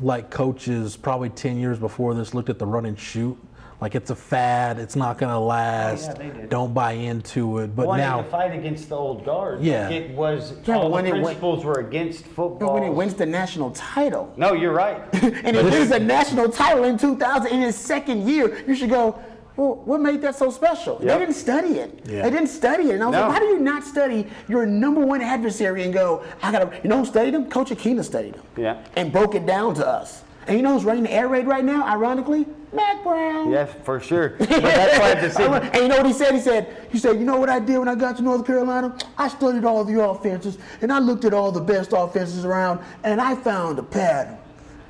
H: like coaches probably ten years before this looked at the run and shoot, like it's a fad, it's not gonna last.
D: they did.
H: Don't buy into it. But
D: Wanting
H: now,
D: to fight against the old guard.
H: Yeah.
D: Like it was.
I: Yeah,
D: all
I: but when
D: the
I: it went-
D: principles were against
I: But
D: football.
I: when it wins the national title,
D: no,
I: [laughs]
D: you're right.
I: and it wins the national title in 2000 in his second year, you should go. Well, what made that so special? They
D: Yep.
I: didn't study it.
H: Yeah.
I: They didn't study it. And I was
D: No.
I: like, how do you not study your number one adversary and go, I gotta, you know who studied him? Coach Aquina studied him.
D: yeah.
I: and broke it down to us. And you know who's running the air raid right now, ironically? Mac Brown.
D: Yes, for sure. But
I: [laughs]
D: that's why [laughs] the
I: I went-
D: decision.
I: and you know what he said? He said, he said, you know what I did when I got to North Carolina? I studied all the offenses and I looked at all the best offenses around and I found a pattern.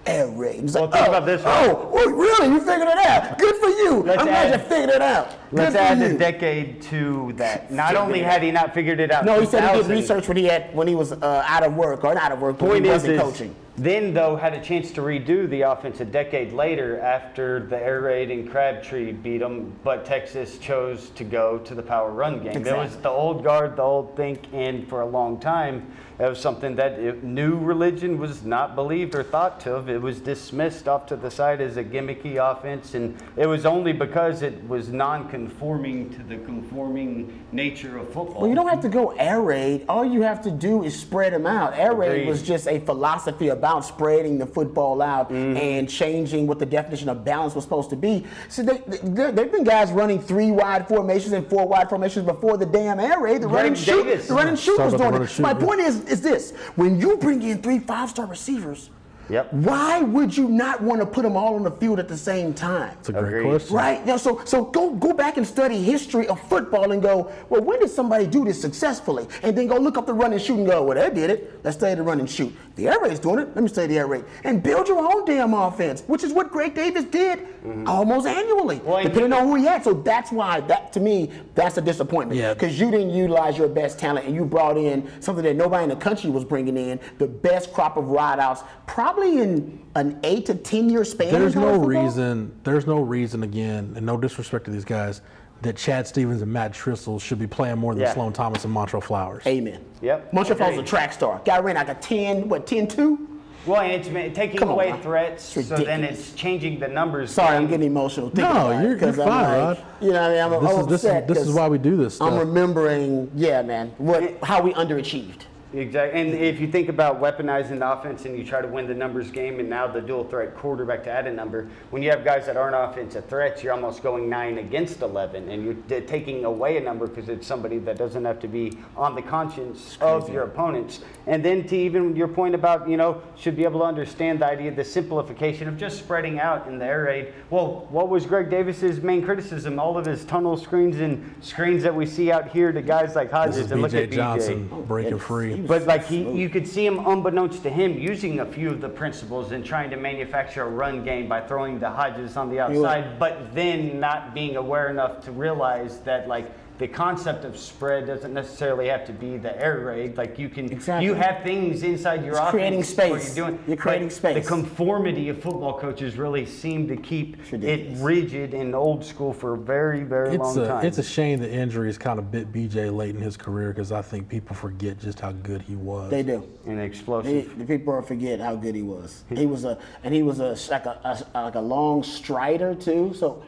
I: Air raid. He's
D: Well,
I: like,
D: think
I: oh,
D: about this one.
I: oh, well, really? You figured it out. Good for you.
D: Let's
I: I'm glad
D: add-
I: you figured it out. Good
D: Let's
I: for
D: add
I: you.
D: a decade to that. Not only had he not figured it out.
I: No, he said he did
D: 2000,
I: research when he had when he was uh, out of work or not out of work, but when
D: Point
I: he
D: is,
I: wasn't
D: is
I: coaching.
D: then though had a chance to redo the offense a decade later after the air raid and Crabtree beat them, but Texas chose to go to the power run game. There was
I: Exactly.
D: the old guard, the old think, and for a long time that was something that it, new religion was not believed or thought of. It was dismissed off to the side as a gimmicky offense, and it was only because it was non-conforming to the conforming nature of football.
I: Well, you don't have to go air raid. All you have to do is spread them out. Air raid
D: Agreed.
I: was just a philosophy about spreading the football out
D: Mm-hmm.
I: and changing what the definition of balance was supposed to be. So they, there, there've been guys running three wide formations and four wide formations before the damn air raid. The running
D: Greg
I: shoot,
D: Davis.
I: the running shoot
H: Talk
I: was
H: about the
I: doing
H: running
I: it.
H: shoot,
I: My
H: yeah.
I: point is, is this: when you bring in three five star receivers.
D: Yep.
I: Why would you not want to put them all on the field at the same time?
H: It's a great question.
I: Right? Now, so so go go back and study history of football and go, well, when did somebody do this successfully? And then go look up the run and shoot and go, well, they did it. Let's study the run and shoot. The air raid's doing it. Let me study the air raid. And build your own damn offense, which is what Greg Davis did
H: Mm-hmm.
I: almost annually, depending on who he had. So that's why that to me, that's a disappointment.
H: Yeah.
I: Because you didn't utilize your best talent and you brought in something that nobody in the country was bringing in, the best crop of rideouts, probably in an eight to ten year span. in
H: There's no
I: college football.
H: reason. There's no reason again, and no disrespect to these guys, that Chad Stevens and Matt Trissel should be playing more than
I: Yeah.
H: Sloan Thomas and Montreal Flowers.
I: Amen.
D: Yep.
I: Montreal Falls is a
D: Agreed.
I: track star. Guy ran like a 10, what, 10 2?
D: Well, and it's ma- taking
I: Come on,
D: away
I: man.
D: threats,
I: It's
D: so then
I: ridiculous.
D: it's changing the numbers.
I: Sorry, I'm getting emotional. Thinking
H: No,
I: about it,
H: you're-
I: 'cause
H: you're
I: I'm
H: fine,
I: like,
H: Rod.
I: You know what I mean? I'm,
H: This
I: I'm
H: is- this is-
I: upset
H: this is
I: 'cause
H: why we do this
I: I'm
H: stuff.
I: remembering, yeah, man, what how we underachieved.
D: Exactly. And if you think about weaponizing the offense and you try to win the numbers game and now the dual threat quarterback to add a number, when you have guys that aren't offensive threats, you're almost going nine against 11 and you're d- taking away a number because it's somebody that doesn't have to be on the conscience of your opponents. And then to even your point about, you know, should be able to understand the idea, the simplification of just spreading out in the air raid. Well, what was Greg Davis's main criticism? All of his tunnel screens and screens that we see out here to guys like Hodges
H: This is
D: and look
H: B.J.
D: at BJ.
H: Johnson breaking free.
D: But like he, you could see him, unbeknownst to him, using a few of the principles and trying to manufacture a run game by throwing the Hodges on the outside, but then not being aware enough to realize that like the concept of spread doesn't necessarily have to be the air raid. Like you can,
I: Exactly.
D: you have things inside your
I: It's
D: office
I: creating
D: where
I: space.
D: You're, doing,
I: You're creating
D: but The
I: space.
D: conformity of football coaches really seem to keep it
I: ridiculous.
D: rigid and old school for a very, very
H: It's
D: long
H: a,
D: time.
H: it's a shame that injuries kind of bit BJ late in his career because I think people forget just how good he was.
I: They do.
D: and
I: They,
D: explosive.
I: the people forget how good he was. He was a, and he was a like a, a like a long strider too. So,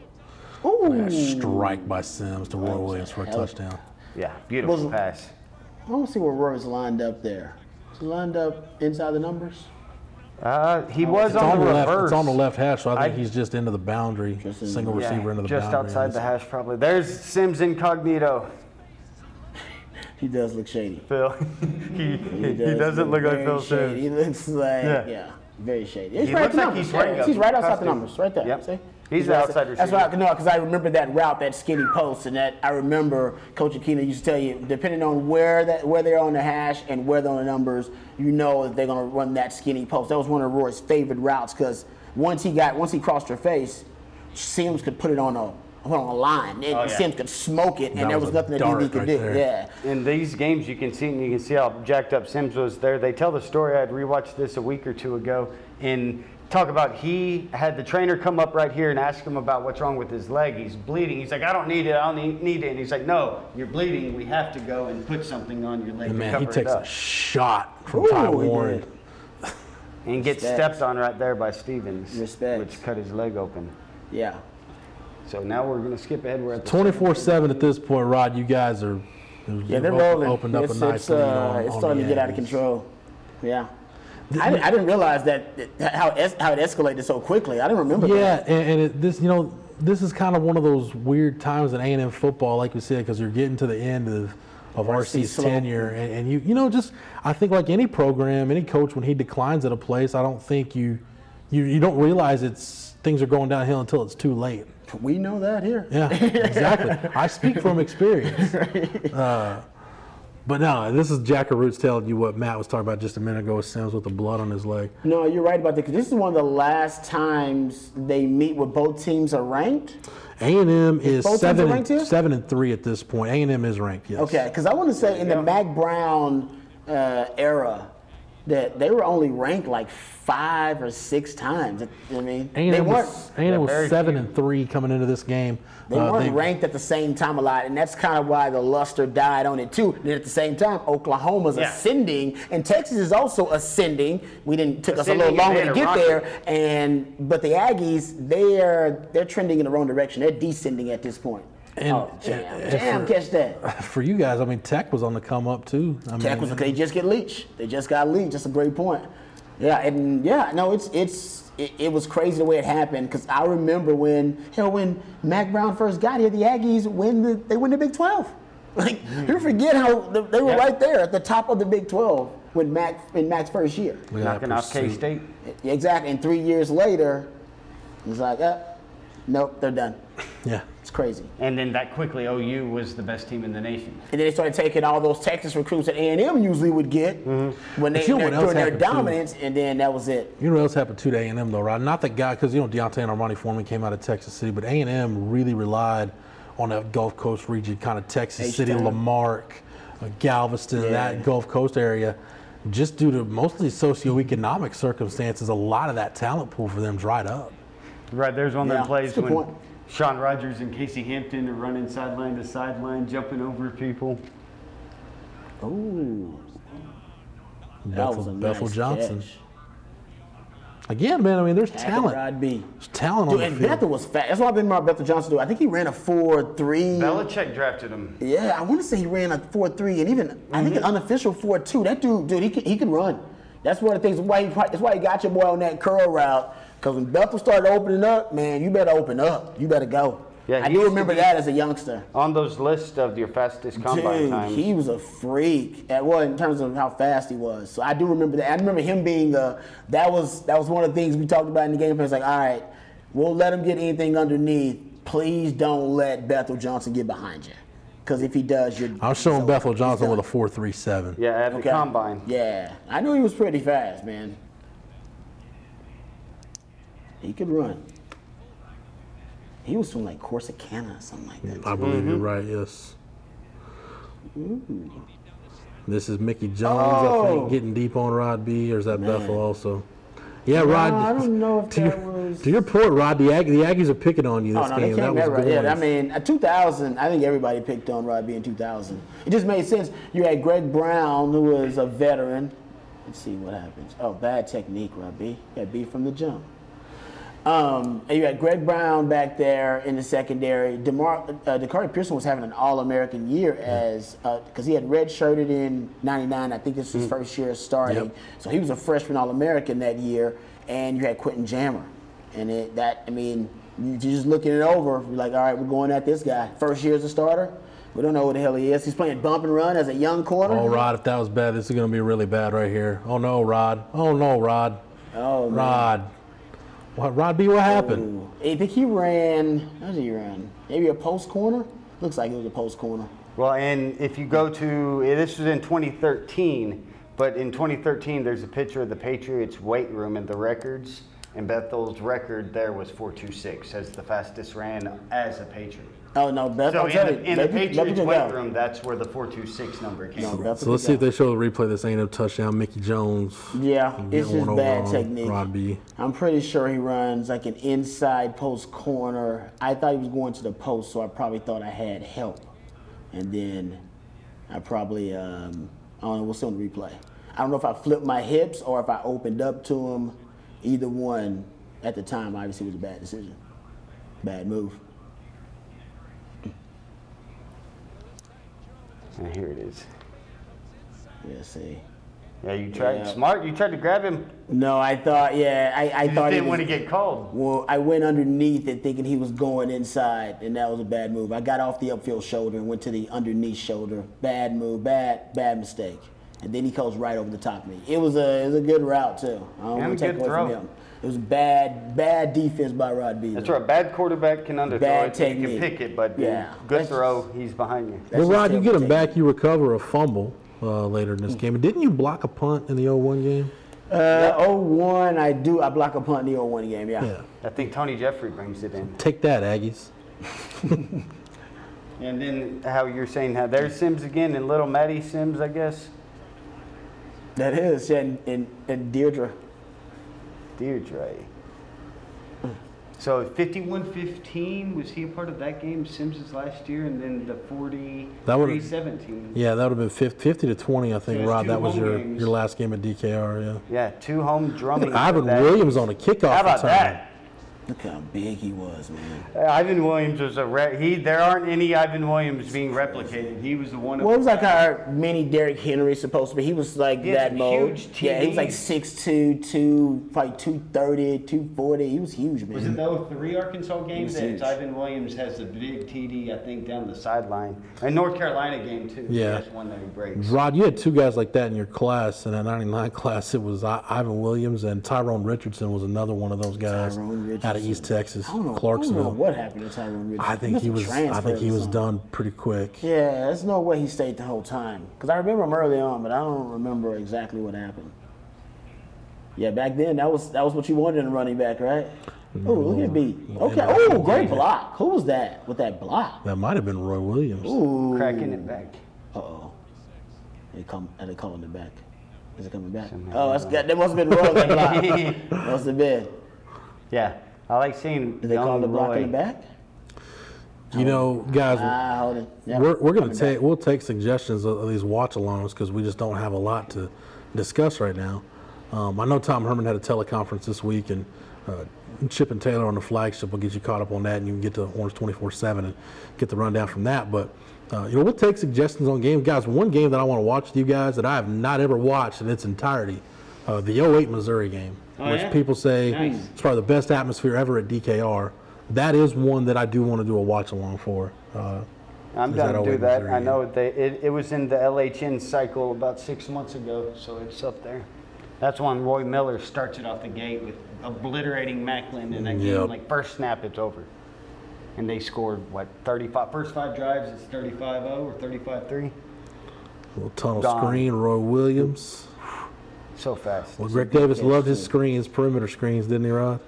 I: ooh,
H: That strike by Sims to Roy Williams for a
I: hell of-
H: touchdown.
D: Yeah, beautiful
I: Was-
D: pass.
I: I want to see where Roy's lined up there. Is he lined up inside the numbers?
D: Uh, he was
H: It's on,
D: on,
H: the
D: reverse.
H: left. It's on the left hash, so I think
D: I-
H: he's just into the boundary,
I: in-
H: single
D: Yeah,
H: receiver into the
D: just
H: boundary.
D: outside the hash, probably. There's Sims incognito.
I: He does look shady.
D: Phil. [laughs] he, he, doesn't look like
I: very
D: Phil
I: shady. He looks
D: Sims.
I: like
D: Yeah.
I: yeah, very shady. It's
D: He
I: right
D: looks
I: at the
D: like he's
I: numbers.
D: wearing
I: Yeah,
D: a
I: he's right outside
D: costume.
I: the numbers, right there.
D: Yep.
I: See?
D: He's the
I: right
D: outside
I: outside- That's why
D: receiver.
I: I know because I remember that route, that skinny post, and that I remember Coach Aquino used to tell you, depending on where that where they're on the hash and where they're on the numbers, you know that they're gonna run that skinny post. That was one of Roy's favorite routes because once he got once he crossed her face, Sims could put it on a put on a line, and
D: Oh, yeah.
I: Sims could smoke it, and
H: That
I: there
H: was
I: was
H: a
I: nothing that
H: dart
I: DB could
H: right
I: do.
H: there.
I: Yeah.
D: In these games, you can see and you can see how jacked up Sims was there. They tell the story. I'd rewatched this a week or two ago and talk about he had the trainer come up right here and ask him about what's wrong with his leg. He's bleeding. He's like, I don't need it. I don't need- need it. And he's like, No, you're bleeding. We have to go and put something on your leg to
H: And man,
D: cover
H: he takes
D: it up.
H: a shot from
I: Ooh,
H: Ty
I: he
H: Warren.
I: did.
D: and gets
I: Respect.
D: stepped on right there by Stevens,
I: Respect.
D: which cut his leg open.
I: Yeah.
D: So now we're going to skip ahead. We're at the
H: 24-7 at this point, Rod. You guys are
I: Yeah, they're
H: you've op-
I: rolling.
H: Opened up
I: it's,
H: a nice
I: it's,
H: lead
I: uh,
H: on-
I: it's
H: on
I: starting
H: the
I: to get out of
H: Aggies.
I: control. Yeah. I didn't, I didn't realize that, that how, es- how it escalated so quickly. I didn't remember
H: Yeah,
I: that.
H: and, and it, this you know this is kind of one of those weird times in A&M football, like we said, because you're getting to the end of of RC's
I: slow.
H: tenure, and, and you you know just I think like any program, any coach, when he declines at a place, I don't think you you you don't realize it's things are going downhill until it's too late.
I: We know that here. [laughs]
H: Yeah, exactly. I speak from experience. Uh, but no, this is Jack of Roots telling you what Matt was talking about just a minute ago with Sims with the blood on his leg.
I: No, you're right about that. 'cause this is one of the last times they meet where both teams are ranked.
H: A&M
I: Is
H: is
I: both teams
H: seven
I: ranked here?
H: and, seven and three at this point. A&M is ranked, yes.
I: Okay, because I want to say in the Mac Brown uh, era, that they were only ranked like five or six times. I mean, they
H: A&M
I: weren't.
H: was, A&M was
D: very
H: seven and three coming into this game.
I: They
H: Uh,
I: weren't ranked at the same time a lot, and that's kind of why the luster died on it too. And at the same time, Oklahoma's
D: Yeah.
I: ascending, and Texas is also ascending. We didn't took us a
D: Ascending,
I: little longer
D: and
I: to
D: they
I: get
D: had a
I: there, and but the Aggies, they're they're trending in the wrong direction. They're descending at this point.
H: And-
I: oh, jam,
H: and-
I: jam,
H: and for-
I: catch that.
H: [laughs] For you guys, I mean, Tech was on the come up too. I
I: Tech
H: mean,
I: was they just get Leach. They just got Leach. That's a great point. Yeah, and yeah, no, it's it's it, it was crazy the way it happened because I remember when hell when Mac Brown first got here, the Aggies win the [laughs]
H: Mm-hmm.
I: they win the Big Twelve. Like you forget how the, they were
D: Yeah.
I: right there at the top of the Big Twelve. when Mac in Mac's first year.
H: Look at
D: Knocking
H: that
D: off
H: pursuit.
D: K State.
I: Exactly. And three years later, he's like, uh, nope, they're done.
H: Yeah.
I: It's crazy.
D: And then that quickly, OU was the best team in the nation.
I: And then they started taking all those Texas recruits that A&M usually would get when they
H: Mm-hmm. But you know
I: during
H: what else
I: their
H: happened, too?
I: dominance, and then that was it.
H: You know what else happened too to A&M though, right? Not the guy, because you know Deontay and Armani Foreman came out of Texas City, but A&M really relied on that Gulf Coast region, kind of Texas City,
I: H-Town.
H: Lamarck, uh, Galveston, that Gulf Coast area, just due to mostly socioeconomic circumstances. A lot of that talent pool for them dried up.
D: Right, there's one of them
I: Yeah,
D: plays
I: that's a good
D: when
I: point.
D: Sean Rogers and Casey Hampton are running sideline to sideline, jumping over people.
I: Ooh. That
H: Bethel,
I: was a
H: Bethel
I: nice
H: Johnson.
I: catch.
H: Again, man. I mean, there's talent.
I: I'd be.
H: There's talent
I: Dude,
H: on
I: and
H: the field.
I: Bethel was fat. That's what I've been about Bethel Johnson. Dude, I think he ran a four three.
D: Belichick drafted him.
I: Yeah, I want to say he ran a four three, and even I
D: Mm-hmm.
I: think an unofficial four two. That dude, dude, he can, he can run. That's one of the things why he, that's why he got your boy on that curl route. Because when Bethel started opening up, man, you better open up. You better go.
D: Yeah,
I: I do
D: he used to
I: remember
D: be-
I: that as a youngster.
D: On those lists of your fastest combine
I: Dude,
D: times.
I: he was a freak. At, well, in terms of how fast he was, so I do remember that. I remember him being a. That was that was one of the things we talked about in the game. plan. It's like, all right, we'll let him get anything underneath. Please don't let Bethel Johnson get behind you, because if he does, you're.
H: I was showing Bethel Johnson with a four-three-seven.
D: yeah, at
I: Okay.
D: the combine.
I: Yeah, I knew he was pretty fast, man. He could run. He was from like Corsicana or something like that.
H: I believe you're right. Yes. This is Mickey Jones, I
I: Oh.
H: think, getting deep on Rod B, or is that Bethel also? Yeah,
I: No,
H: Rod.
I: I don't know if
H: to
I: that
H: your,
I: was-
H: To your point, Rod, the, Ag- the Aggies are picking on you
I: Oh
H: this
I: no, they
H: game.
I: came
H: That
I: back
H: was
I: right.
H: good.
I: Yeah, I mean, uh, 2000. I think everybody picked on Rod B in 2000. It just made sense. You had Greg Brown, who was a veteran. Let's see what happens. Oh, bad technique, Rod B. You got B from the jump. Um, and you had Greg Brown back there in the secondary. Demar, uh, Dakari Pearson was having an All-American year as because he had redshirted in '99. I think this was his first year starting,
H: Yep.
I: so he was a freshman All-American that year. And you had Quentin Jammer, and it, that I mean, you you're just looking it over, you're like, all right, we're going at this guy. First year as a starter, we don't know who the hell he is. He's playing bump and run as a young corner.
H: Oh, Rod, if that was bad, this is going to be really bad right here. Oh, no, Rod. Oh, no, Rod.
I: Oh, man. Oh,
H: Rod. What, Rod B, what happened?
I: I think he ran. How did he run? Maybe a post corner. Looks like it was a post corner.
D: Well, and if you go to, this was in 2013, but in 2013, there's a picture of the Patriots weight room and the records, and Bethel's record there was 426 as the fastest ran as a Patriot.
I: Oh no, Beth.
D: So
I: I'm
D: in,
I: telling
D: the,
I: you,
D: in the
I: Beth- Beth
D: Patriots
I: can
D: weight
I: go.
D: room, that's where the 426 number came
I: No,
D: from.
I: Beth
H: So let's
I: can
H: see if
I: go.
H: they show the replay. This ain't a touchdown. Mickey Jones.
I: Yeah,
H: Getting
I: it's just
H: one over
I: bad
H: on
I: technique.
H: Rod B.
I: I'm pretty sure he runs like an inside post corner. I thought he was going to the post, so I probably thought I had help, and then I probably um, I don't know. We'll see on the replay. I don't know if I flipped my hips or if I opened up to him. Either one at the time, obviously, was a bad decision, bad move.
D: And here it is.
I: Yeah, see.
D: Yeah, you tried
I: Yeah.
D: smart. You tried to grab him.
I: No, I thought, yeah, I, I
D: You
I: thought
D: just
I: he
D: didn't
I: was-
D: want to get called.
I: Well, I went underneath it thinking he was going inside, and that was a bad move. I got off the upfield shoulder and went to the underneath shoulder. Bad move, bad, bad mistake. And then he goes right over the top of me. It was a, it was a good route too. I don't
D: And
I: want to
D: a
I: take away
D: good
I: from
D: throw.
I: him. It was bad, bad defense by Rod B.
D: That's
I: though.
D: right. Bad quarterback can underthrow
I: Bad
D: it. You
I: technique.
D: can pick it, but
I: Yeah.
D: yeah.
I: That's
D: good
I: just-
D: throw. he's behind you.
H: Well,
I: That's just
H: Rod, you get
I: terrible
H: him back. You recover a fumble uh, later in this
I: Mm.
H: game. And didn't you block a punt in the 0-1 game?
I: Uh, 0-1, I do. I block a punt in the 0-1 game. Yeah.
H: Yeah.
D: I think Tony Jeffrey brings it in.
H: Take that, Aggies.
D: And then how you're saying how there's Sims again and little Maddie Sims, I guess.
I: That is, yeah, and, and, and Deirdre.
D: Deirdre. So 51-15, was he a part of that game, Sims's last year, and then the 40
H: That would've-
D: 17
H: Yeah, that would have been 50, 50 to 20, I think,
D: There's
H: Rod.
D: two
H: That was
D: home
H: your,
D: games.
H: your last game at DKR, yeah.
D: Yeah, two home drumming.
H: Ivan Williams on a kickoff
D: How about
H: return.
D: that?
I: Look how big he was, man.
N: Ivan Williams was a re- he. There aren't any Ivan Williams being replicated. He was the one.
I: Well, it was like our mini Derrick Henry supposed to be. He was like
N: Yeah,
I: that mode.
N: huge
I: yeah, he was like
N: TD.
I: 6'2", 2, like 230, 240. He was huge, man.
D: Was it the 03 Arkansas game
I: He's
D: that
I: huge.
D: Ivan Williams has the big TD, I think, down the sideline? And North Carolina game, too.
H: Yeah.
D: That's one that he breaks.
H: Rod, you had two guys like that in your class. In the 99 [laughs] class, it was I- Ivan Williams and Tyrone Richardson was another one of those guys out of East Texas,
I: I don't know,
H: Clarksville.
I: I don't know what happened to Tyrone Richardson.
H: I think
I: must
H: he
I: have
H: was. I
I: transferred
H: think he
I: or
H: was
I: something.
H: done pretty quick.
I: Yeah, there's no way he stayed the whole time. Because I remember him early on, but I don't remember exactly what happened. Yeah, back then, that was that was what you wanted in a running back, right?
H: Mm-hmm.
I: Oh, look at B. Okay. Oh, great block. Who was that with that block?
H: That might have been Roy Williams.
I: Ooh.
D: Cracking it back.
I: Uh oh. They come and they calling it back. Is it coming back? Oh, that's got that must have been Roy that block.
D: [laughs]
I: must have been.
D: Yeah. I like seeing.
I: Did they call the block in the back?
H: You know, guys,
I: Ah, hold it. Yep.
H: we're, we're gonna take we'll take suggestions of, of these watch alongs because we just don't have a lot to discuss right now. Um, I know Tom Herman had a teleconference this week, and uh, Chip and Taylor on the flagship will get you caught up on that, and you can get to Horns 24/7 and get the rundown from that. But uh, you know, we'll take suggestions on games, guys. One game that I want to watch with you guys that I have not ever watched in its entirety, uh, the 08 Missouri game,
O: Oh,
H: which
O: yeah?
H: people say
O: Nice.
H: it's probably the best atmosphere ever at DKR. That is one that I do want to do a watch along for. Uh,
D: I'm
H: is
D: going to
H: over
D: do that.
H: Missouri
D: I
H: game.
D: know they, it, it was in the LHN cycle about six months ago, so it's up there. That's when Roy Miller starts it off the gate with obliterating Macklin in that
H: Yep.
D: game. Like, first snap, it's over. And they scored, what, 35? First five drives, it's 35 0 or 35 3.
H: Little tunnel
D: Gone.
H: screen, Roy Williams.
D: So fast.
H: Well, Greg Davis loved his screens, perimeter screens, didn't he, Rod?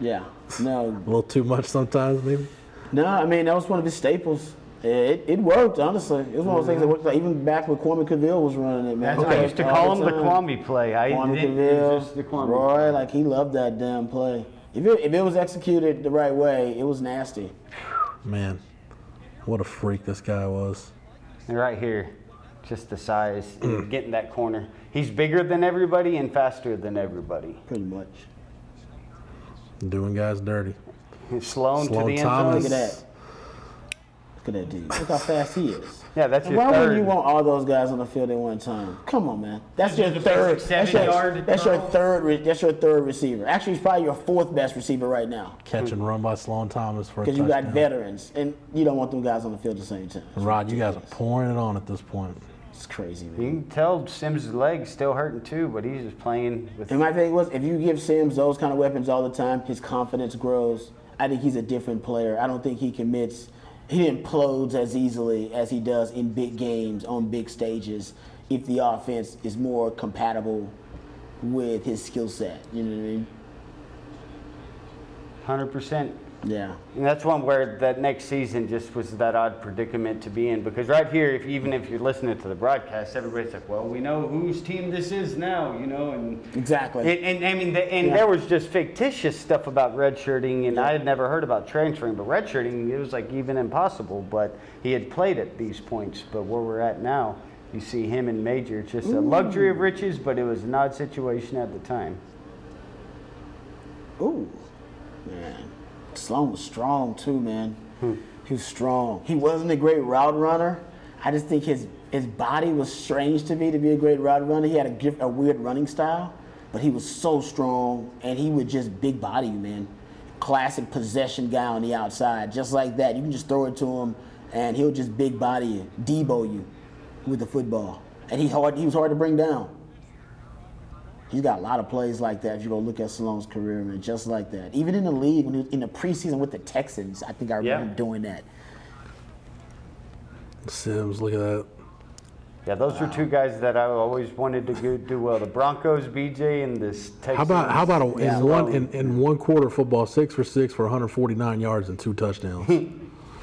I: Yeah. No.
H: A little too much sometimes, maybe.
I: No, I mean that was one of his staples. It, it worked honestly. It was one of those things that worked. Like, even back when Kwame Cavill was running it, man.
D: Mm-hmm. That's I used to call him the Kwame play. I
I: Kwame
D: it- it was just the
I: Cavill,
D: Kwame
I: Roy,
D: play.
I: like he loved that damn play. If it, if it was executed the right way, it was nasty.
H: Man, what a freak this guy was.
D: Right here, just the size, getting that corner. He's bigger than everybody and faster than everybody. [laughs]
I: Pretty much.
H: Doing guys dirty.
D: Sloan, to the end zone.
I: Look at that. Look at that dude. Look how fast he is.
D: Yeah, that's your
I: Why
D: third.
I: would you want all those guys on the field at one time? Come on, man. That's
D: This
I: your
D: is the
I: third.
D: basic
I: That's your,
D: seven-yard
I: that's your third. re- That's your third receiver. Actually, he's probably your fourth best receiver right now
H: Catch and run by Sloan Thomas for a
I: because you got
H: touchdown.
I: veterans, and you don't want them guys on the field at the same time.
H: Rod, you guys are pouring it on at this point.
I: It's crazy, man.
D: You can tell Sims' leg's still hurting too, but he's just playing with.
I: And my thing was, if you give Sims those kind of weapons all the time, his confidence grows. I think he's a different player. I don't think he commits, he implodes as easily as he does in big games on big stages. If the offense is more compatible with his skill set, you know what I mean?
D: Hundred percent.
I: Yeah.
D: And that's one where that next season just was that odd predicament to be in because right here, if even if you're listening to the broadcast, everybody's like, "Well, we know whose team this is now," you know, and
I: Exactly.
D: and, and I mean, the, and
I: Yeah.
D: there was just fictitious stuff about redshirting, and I had never heard about transferring, but redshirting it was like even impossible. But he had played at these points, but where we're at now, you see him in major, it's just a luxury of riches, but it was an odd situation at the time.
I: Ooh, man. Sloan was strong too, man. He was strong. He wasn't a great route runner. I just think his his body was strange to me to be a great route runner. He had a gift, a weird running style, but he was so strong, and he would just big body you, man. Classic possession guy on the outside, just like that. You can just throw it to him, and he'll just big body you, Debo you, with the football. And he hard, he was hard to bring down. He's got a lot of plays like that. If you go look at Sloan's career, man, just like that. Even in the league, when he was in the preseason with the Texans, I think I remember
D: Yeah.
I: him doing that.
H: Sims, look at that.
D: Yeah, those were two guys that I always wanted to go, do well. The Broncos, BJ, and this Texans.
H: How about how about a, in
D: Yeah,
H: one
D: well,
H: in, in one quarter football, six for six for 149 yards and two
D: [laughs]
H: touchdowns.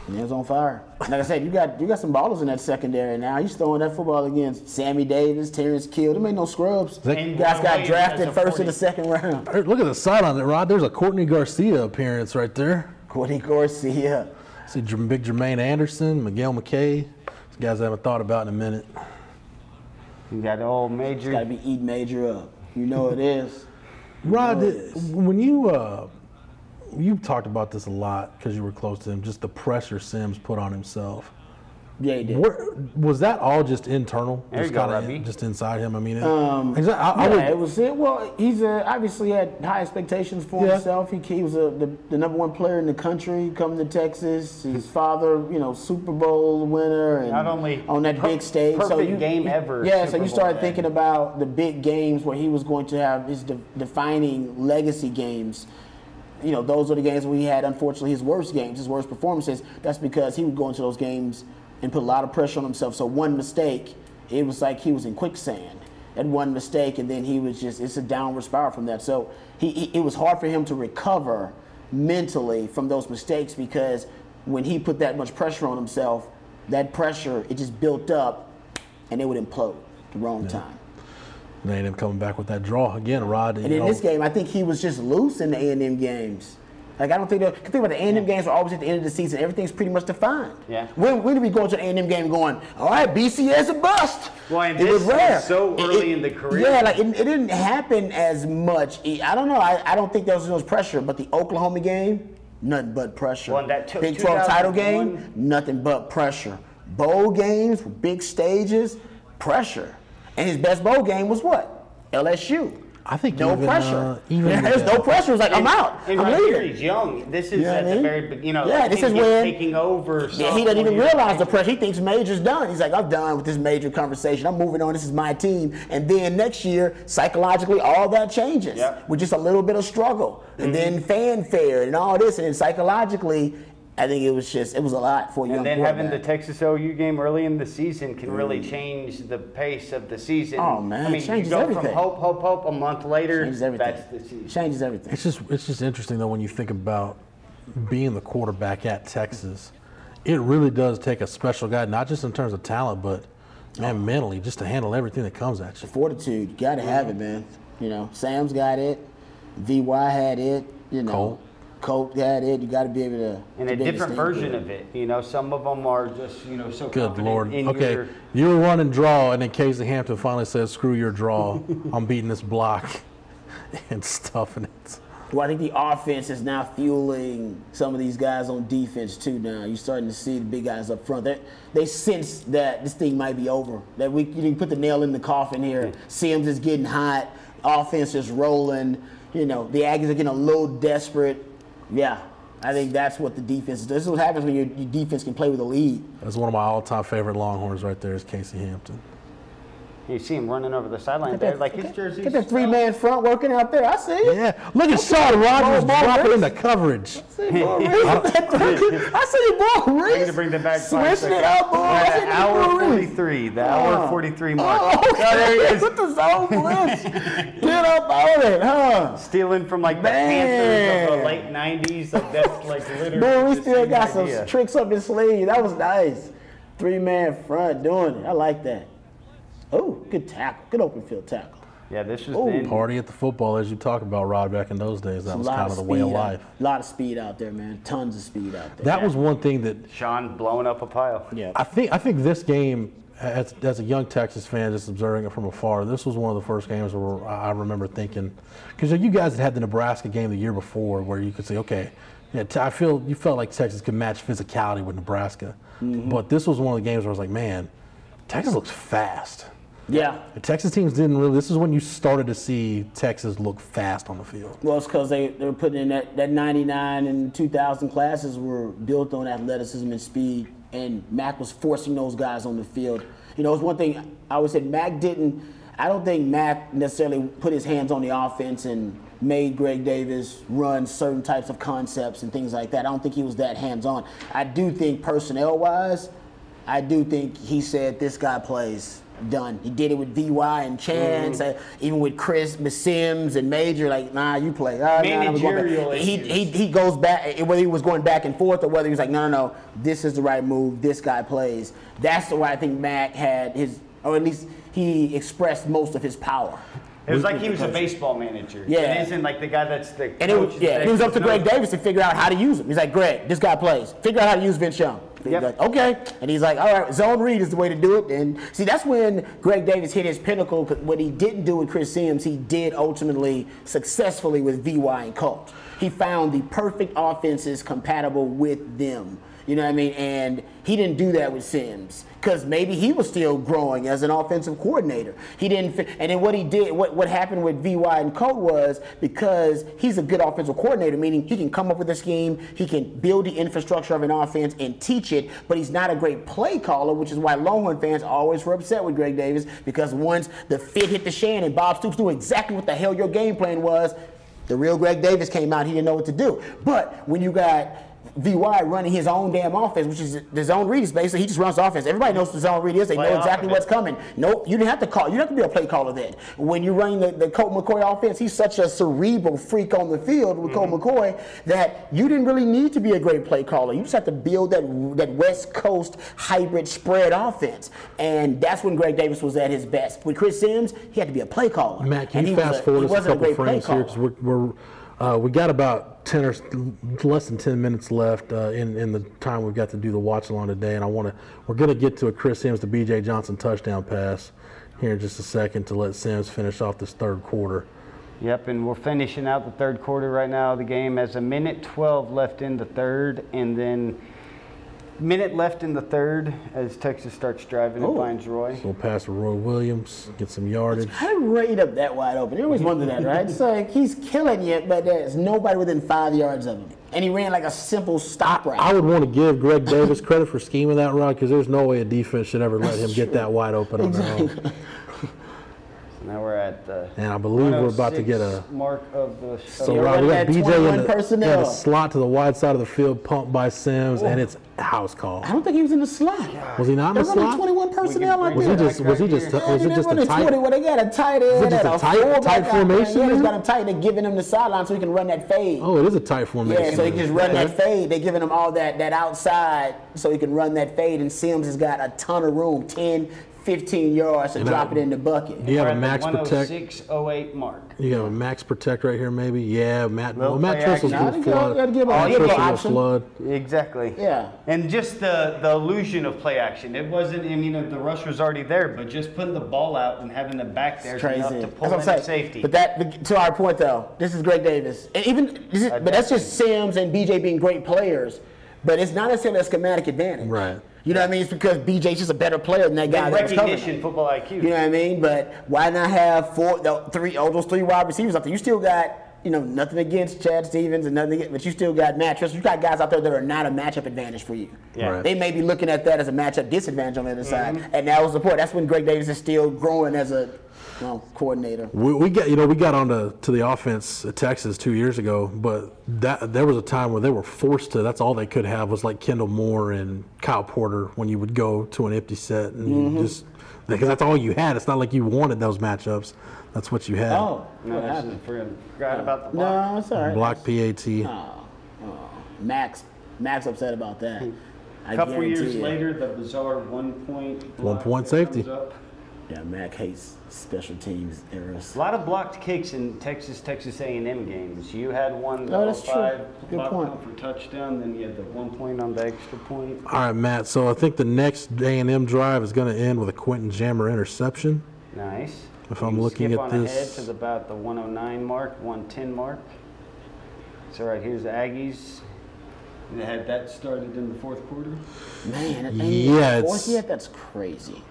I: Man's on fire. Like I said, you got you got some ballers in that secondary now. He's throwing that football against Sammy Davis, Terrence Kill. Them ain't no scrubs.
H: And
I: guys got
H: Williams
I: drafted
H: as a
I: first in the second round. [laughs]
H: Hey, Look at the side on it, Rod. There's a Courtney Garcia appearance right there.
I: Courtney Garcia.
H: See Jerm- big Jermaine Anderson, Miguel McKay. These guys I haven't thought about in a minute.
D: You got old Major.
I: Got to be eating Major up. You know it is.
H: Rod, did- when you uh, you talked about this a lot because you were close to him. Just the pressure Sims put on himself.
I: [laughs] Yeah, he did.
H: Where, was that all just internal?
I: There
H: just
I: you go,
H: kinda
I: Robbie.
H: just inside him. I mean, it,
I: Um,
H: exa- I, I
I: yeah,
H: would-
I: it was it. Well, he's uh obviously had high expectations for
H: Yeah.
I: himself. He, he was a, the, the number one player in the country. Come to Texas, his father, you know, Super Bowl winner, and
P: Not only
I: on that
P: per-
I: big stage. so
P: perfect
I: you,
P: game ever,
I: Yeah, so
P: Super
I: you
P: Bowl
I: started
P: win.
I: thinking about the big games where he was going to have his de- defining legacy games you know, those are the games where he had, unfortunately, his worst games, his worst performances. That's because he would go into those games and put a lot of pressure on himself. So one mistake, it was like he was in quicksand. And one mistake, and then he was just, it's a downward spiral from that. So he, he, it was hard for him to recover mentally from those mistakes because when he put that much pressure on himself, that pressure, it just built up and it would implode the wrong time.
H: and they ended up coming back with that draw again, Rod.
I: And
H: you
I: in
H: know,
I: this game, I think he was just loose in the A&M games. Like I don't think the think about the A&M games are always at the end of the season. Everything's pretty much defined.
D: Yeah.
I: When when do we go to an A&M game going? All right, BCS a bust.
D: Well, and
I: it
D: this
I: was rare.
D: is so
I: It-
D: early
I: it-
D: in the career.
I: Yeah, like it, it didn't happen as much. It- I don't know. I, I don't think there was as much pressure. But the Oklahoma game, nothing but pressure.
P: Well, and that took
I: Big 12 title
P: 2001
I: game, nothing but pressure. Bowl games, big stages, pressure. And his best bowl game was what? LSU.
H: I think
I: no
H: even,
I: pressure.
H: uh, even
I: Yeah, there's
H: with
I: no
H: that-
I: pressure. It's like I'm
D: And-
I: out.
D: And
I: I'm
D: right here,
I: leaving.
D: he's young. This
I: You
D: is
I: know what
D: at
I: I mean?
D: the very, be- you know,
I: yeah,
D: I
I: this
D: think
I: is
D: he's
I: when
D: taking over.
I: Yeah, he doesn't
D: sophomore
I: even
D: year.
I: realize the pressure. He thinks major's done. He's like, I'm done with this major conversation. I'm moving on. This is my team. And then next year, psychologically, all that changes
D: Yep.
I: with just a little bit of struggle,
D: Mm-hmm.
I: and then fanfare and all this, and then psychologically. I think it was just it was a lot for a young
D: And then having the
I: quarterback.
D: Texas OU game early in the season
H: Mm.
D: can really change the pace of the season.
I: Oh, man,
D: I mean,
I: changes
D: you go
I: everything.
D: from hope, hope, hope. A month later,
I: Changes everything.
D: that's the season.
I: changes everything.
H: It's just it's just interesting though when you think about being the quarterback at Texas. It really does take a special guy, not just in terms of talent, but man, mentally, just to handle everything that comes at you.
I: fortitude. You gotta have
D: Mm-hmm.
I: it, man. You know, Sam's got it. VY had it. You know,
H: Colt.
I: Colt had it. You gotta be able to.
D: And
I: to
D: a
I: be able to
D: different
I: stay
D: version
I: good.
D: of it. You know, some of them are just you know so
H: Good
D: confident
H: lord.
D: in
H: okay,
D: your-
H: you were running draw, and then Casey Hampton finally says, "Screw
D: [laughs]
H: your draw. I'm beating this block," [laughs] and stuffing it.
I: Well, I think the offense is now fueling some of these guys on defense too. Now you're starting to see the big guys up front. They they sense that this thing might be over. That we you can put the nail in the coffin here. Sims is getting hot. Offense is rolling. You know the Aggies are getting a little desperate. Yeah, I think that's what the defense is. This is what happens when your, your defense can play with a lead.
H: That's one of my all-time favorite Longhorns right there is Casey Hampton.
D: You see him running over the sideline
I: Look
D: there,
I: at-
D: like
I: look
D: his
I: at-
D: jersey.
I: Look at that three man front working out there. I see it.
H: Yeah, look at Sean
I: Ball,
H: Rogers
I: ball,
H: dropping
I: Reese.
H: in the coverage.
I: See,
D: [laughs]
I: boy, Reese. I see, boy, Reese.
D: I need to bring that back. five
I: Switching it
D: seconds.
I: up, boy.
D: We're
I: I
D: at
I: see
D: an
I: that
D: hour
I: boy, Reese.
D: 43, the hour
I: Oh.
D: 43 mark.
I: Oh, okay. [laughs]
D: Oh, there he is.
I: With the zone
D: [laughs]
I: blitz. Get up on it, huh?
D: Stealing from like the
I: Man.
D: Panthers of the late 90s. Like that's like literally.
I: Boy, we
D: the
I: still
D: same
I: got some
D: idea.
I: tricks up his sleeve. That was nice. Three man front doing it. I like that. Oh, good tackle. Good open field tackle.
D: Yeah, this was
I: Ooh.
D: then.
H: Party at the football, as you talk about, Rod, back in those days. That
I: A
H: was
I: lot
H: kind of the way of
I: speed out-
H: life.
I: A lot of speed out there, man. Tons of speed out there.
H: That was one thing that
D: Sean blowing up a pile.
I: Yeah.
H: I think I think this game, as, as a young Texas fan, just observing it from afar, this was one of the first games where I I remember thinking, because you guys had had the Nebraska game the year before, where you could say, okay, yeah, Te- I feel you felt like Texas could match physicality with Nebraska,
I: Mm-hmm.
H: but this was one of the games where I was like, man, Texas looks fast.
I: Yeah.
H: The Texas teams didn't really. This is when you started to see Texas look fast on the field.
I: Well, it's because they, they were putting in that, that 99 and 2000 classes were built on athleticism and speed, and Mac was forcing those guys on the field. You know, it's one thing I always said Mac didn't, I don't think Mac necessarily put his hands on the offense and made Greg Davis run certain types of concepts and things like that. I don't think he was that hands on. I do think personnel wise, I do think he said this guy plays done. He did it with VY and Chance,
D: Mm-hmm.
I: uh, even with Chris, with Sims and Major. Like, nah, you play. All right, nah, nah, we're going back.
D: Managerial
I: he,
D: issues.
I: he he goes back. eh, Whether he was going back and forth or whether he was like, no, no, no, this is the right move. This guy plays. That's the way I think Mac had his, or at least he expressed most of his power.
D: It was like he was a baseball manager.
I: Yeah.
D: It isn't like the guy that's the.
I: And it was,
D: coach
I: yeah,
D: that
I: it was up to
D: knows-
I: Greg Davis to figure out how to use him. He's like, Greg, this guy plays. Figure out how to use Vince Young. He's
D: Yep.
I: like, okay. And he's like, all right, zone read is the way to do it. And see, that's when Greg Davis hit his pinnacle. 'cause What he didn't do with Chris Sims, he did ultimately successfully with VY and Colt. He found the perfect offenses compatible with them. You know what I mean? And he didn't do that with Sims because maybe he was still growing as an offensive coordinator. He didn't, fi- and then what he did, what, what happened with VY and Colt was because he's a good offensive coordinator, meaning he can come up with a scheme, he can build the infrastructure of an offense and teach it, but he's not a great play caller, which is why Longhorn fans always were upset with Greg Davis because once the fit hit the shan and Bob Stoops knew exactly what the hell your game plan was, the real Greg Davis came out, he didn't know what to do. But when you got VY running his own damn offense, which is the zone read is basically he just runs the offense. Everybody knows what the zone read is. They
Q: Play
I: know exactly
Q: offense.
I: what's coming. Nope, you didn't have to call. You didn't have to be a play caller then. When you're running the, the Colt McCoy offense, he's such a cerebral freak on the field with Colt
Q: Mm-hmm.
I: McCoy that you didn't really need to be a great play caller. You just have to build that that West Coast hybrid spread offense, and that's when Greg Davis was at his best. With Chris Sims, he had to be a play caller.
H: Matt, can
I: And he
H: you
I: was
H: fast
I: a-
H: forward
I: he
H: us a
I: wasn't
H: couple
I: great play
H: frames here
I: caller.
H: because we're, we're uh, we got about ten or s- less than ten minutes left uh, in in the time we've got to do the watch along today, and I want to we're going to get to a Chris Sims to B.J. Johnson touchdown pass here in just a second to let Sims finish off this third quarter.
D: Yep, and we're finishing out the third quarter right now of the game. As a minute 12 left in the third, and then minute left in the third as Texas starts driving
I: Oh.
D: and finds Roy.
H: We'll pass to Roy Williams, get some yardage.
I: How did Ray up that wide open?
H: [laughs]
I: You always wonder that, right? It's like he's killing it, but there's nobody within five yards of him. And he ran like a simple stop route.
H: I would want to give Greg Davis credit for scheming that route because there's no way a defense should ever let him get that wide open on their own.
D: So now we're at the.
H: And I believe we're about to get a
D: 106 mark of the.
H: So Rob, we got BJ in the, yeah, the
D: personnel.
H: slot to the wide side of the field, pumped by Sims, and it's house call.
I: I don't think he was in the slot.
H: Was he not in
I: They're
H: the
I: running
H: slot?
I: 21 personnel like
H: Was he
I: that.
H: just? Was he just?
I: Yeah,
H: Was it
I: they're
H: just a
I: running
H: tight?
I: 20 where they got a tight end
H: just
I: and
H: a
I: a
H: tight-
I: fullback
H: tight
I: out there.
H: formation
I: Yeah, they
H: there?
I: got him tight. They're giving him the sideline so he can run that fade.
H: Oh, it is a tight formation.
I: Yeah, so he can just run
H: Okay.
I: that fade. They're giving him all that that outside so he can run that fade. And Sims has got a ton of room, 10, 15 yards to
H: And
I: drop
H: I-
I: it in the bucket.
H: Do you have a max protect?
D: 106.08 mark.
H: You have a max protect right here, maybe. Yeah, Matt.
D: Little
H: Well, Matt
D: play
H: Trestle's
D: action.
H: going
D: Gotta
H: to
D: go-
H: flood.
D: gotta give him
H: Matt
D: a little
H: Trestle's gonna
D: option.
H: flood.
D: Exactly.
I: Yeah.
D: And just the, the illusion of play action. It wasn't, I mean, the rush was already there, but just putting the ball out and having the back there is enough to pull in at safety.
I: But that, to our point though, this is Greg Davis, and even this is, but that's just Sims and BJ being great players. But it's not necessarily a schematic advantage. Right. You know what I mean? It's because BJ's just a better player than that guy.
D: And
I: that was covering him.
D: recognition, football IQ.
I: You know what I mean? But why not have four, no, three, all those three wide receivers out there? You still got, you know, nothing against Chad Stevens and nothing, against, but you still got Matt Tristram. You got guys out there that are not a matchup advantage for you.
D: Yeah. Mm-hmm. Right.
I: They may be looking at that as a matchup disadvantage on the other side, and that was the point. That's when Greg Davis is still growing as a well, coordinator.
H: We, we got you know we got onto to the offense at Texas two years ago, but that there was a time where they were forced to. That's all they could have was like Kendall Moore and Kyle Porter when you would go to an empty set and you
I: Mhm.
H: just because that's all you had. It's not like you wanted those matchups. That's what you had.
I: Oh,
D: No,
I: what
D: that's
I: happened?
D: just for him. Forgot about the block.
I: No, it's all right.
H: Block PAT.
I: Oh, oh. Max, Max upset about that. I
D: A Hmm. couple
I: guarantee
D: years
I: it.
D: later, the bizarre one point.
H: One
D: block
H: point
D: that
H: safety.
D: comes up.
I: Yeah, Mac hates special teams errors.
D: A lot of blocked kicks in Texas Texas A&M games. You had one
I: No, that's true.
D: 05
I: Good
D: block
I: point.
D: punt for touchdown, then you had the one point on the extra point.
H: All right, Matt. So I think the next A and M drive is going to end with a Quentin Jammer interception.
D: Nice.
H: If
D: You
H: I'm looking
D: skip
H: at
D: on ahead
H: this,
D: to the- about the 109 mark, 110 mark. So right here's the Aggies. And they had that started in the fourth quarter.
I: Man, and
H: Yeah,
I: yeah,
H: it's-
I: fourth yet? That's crazy.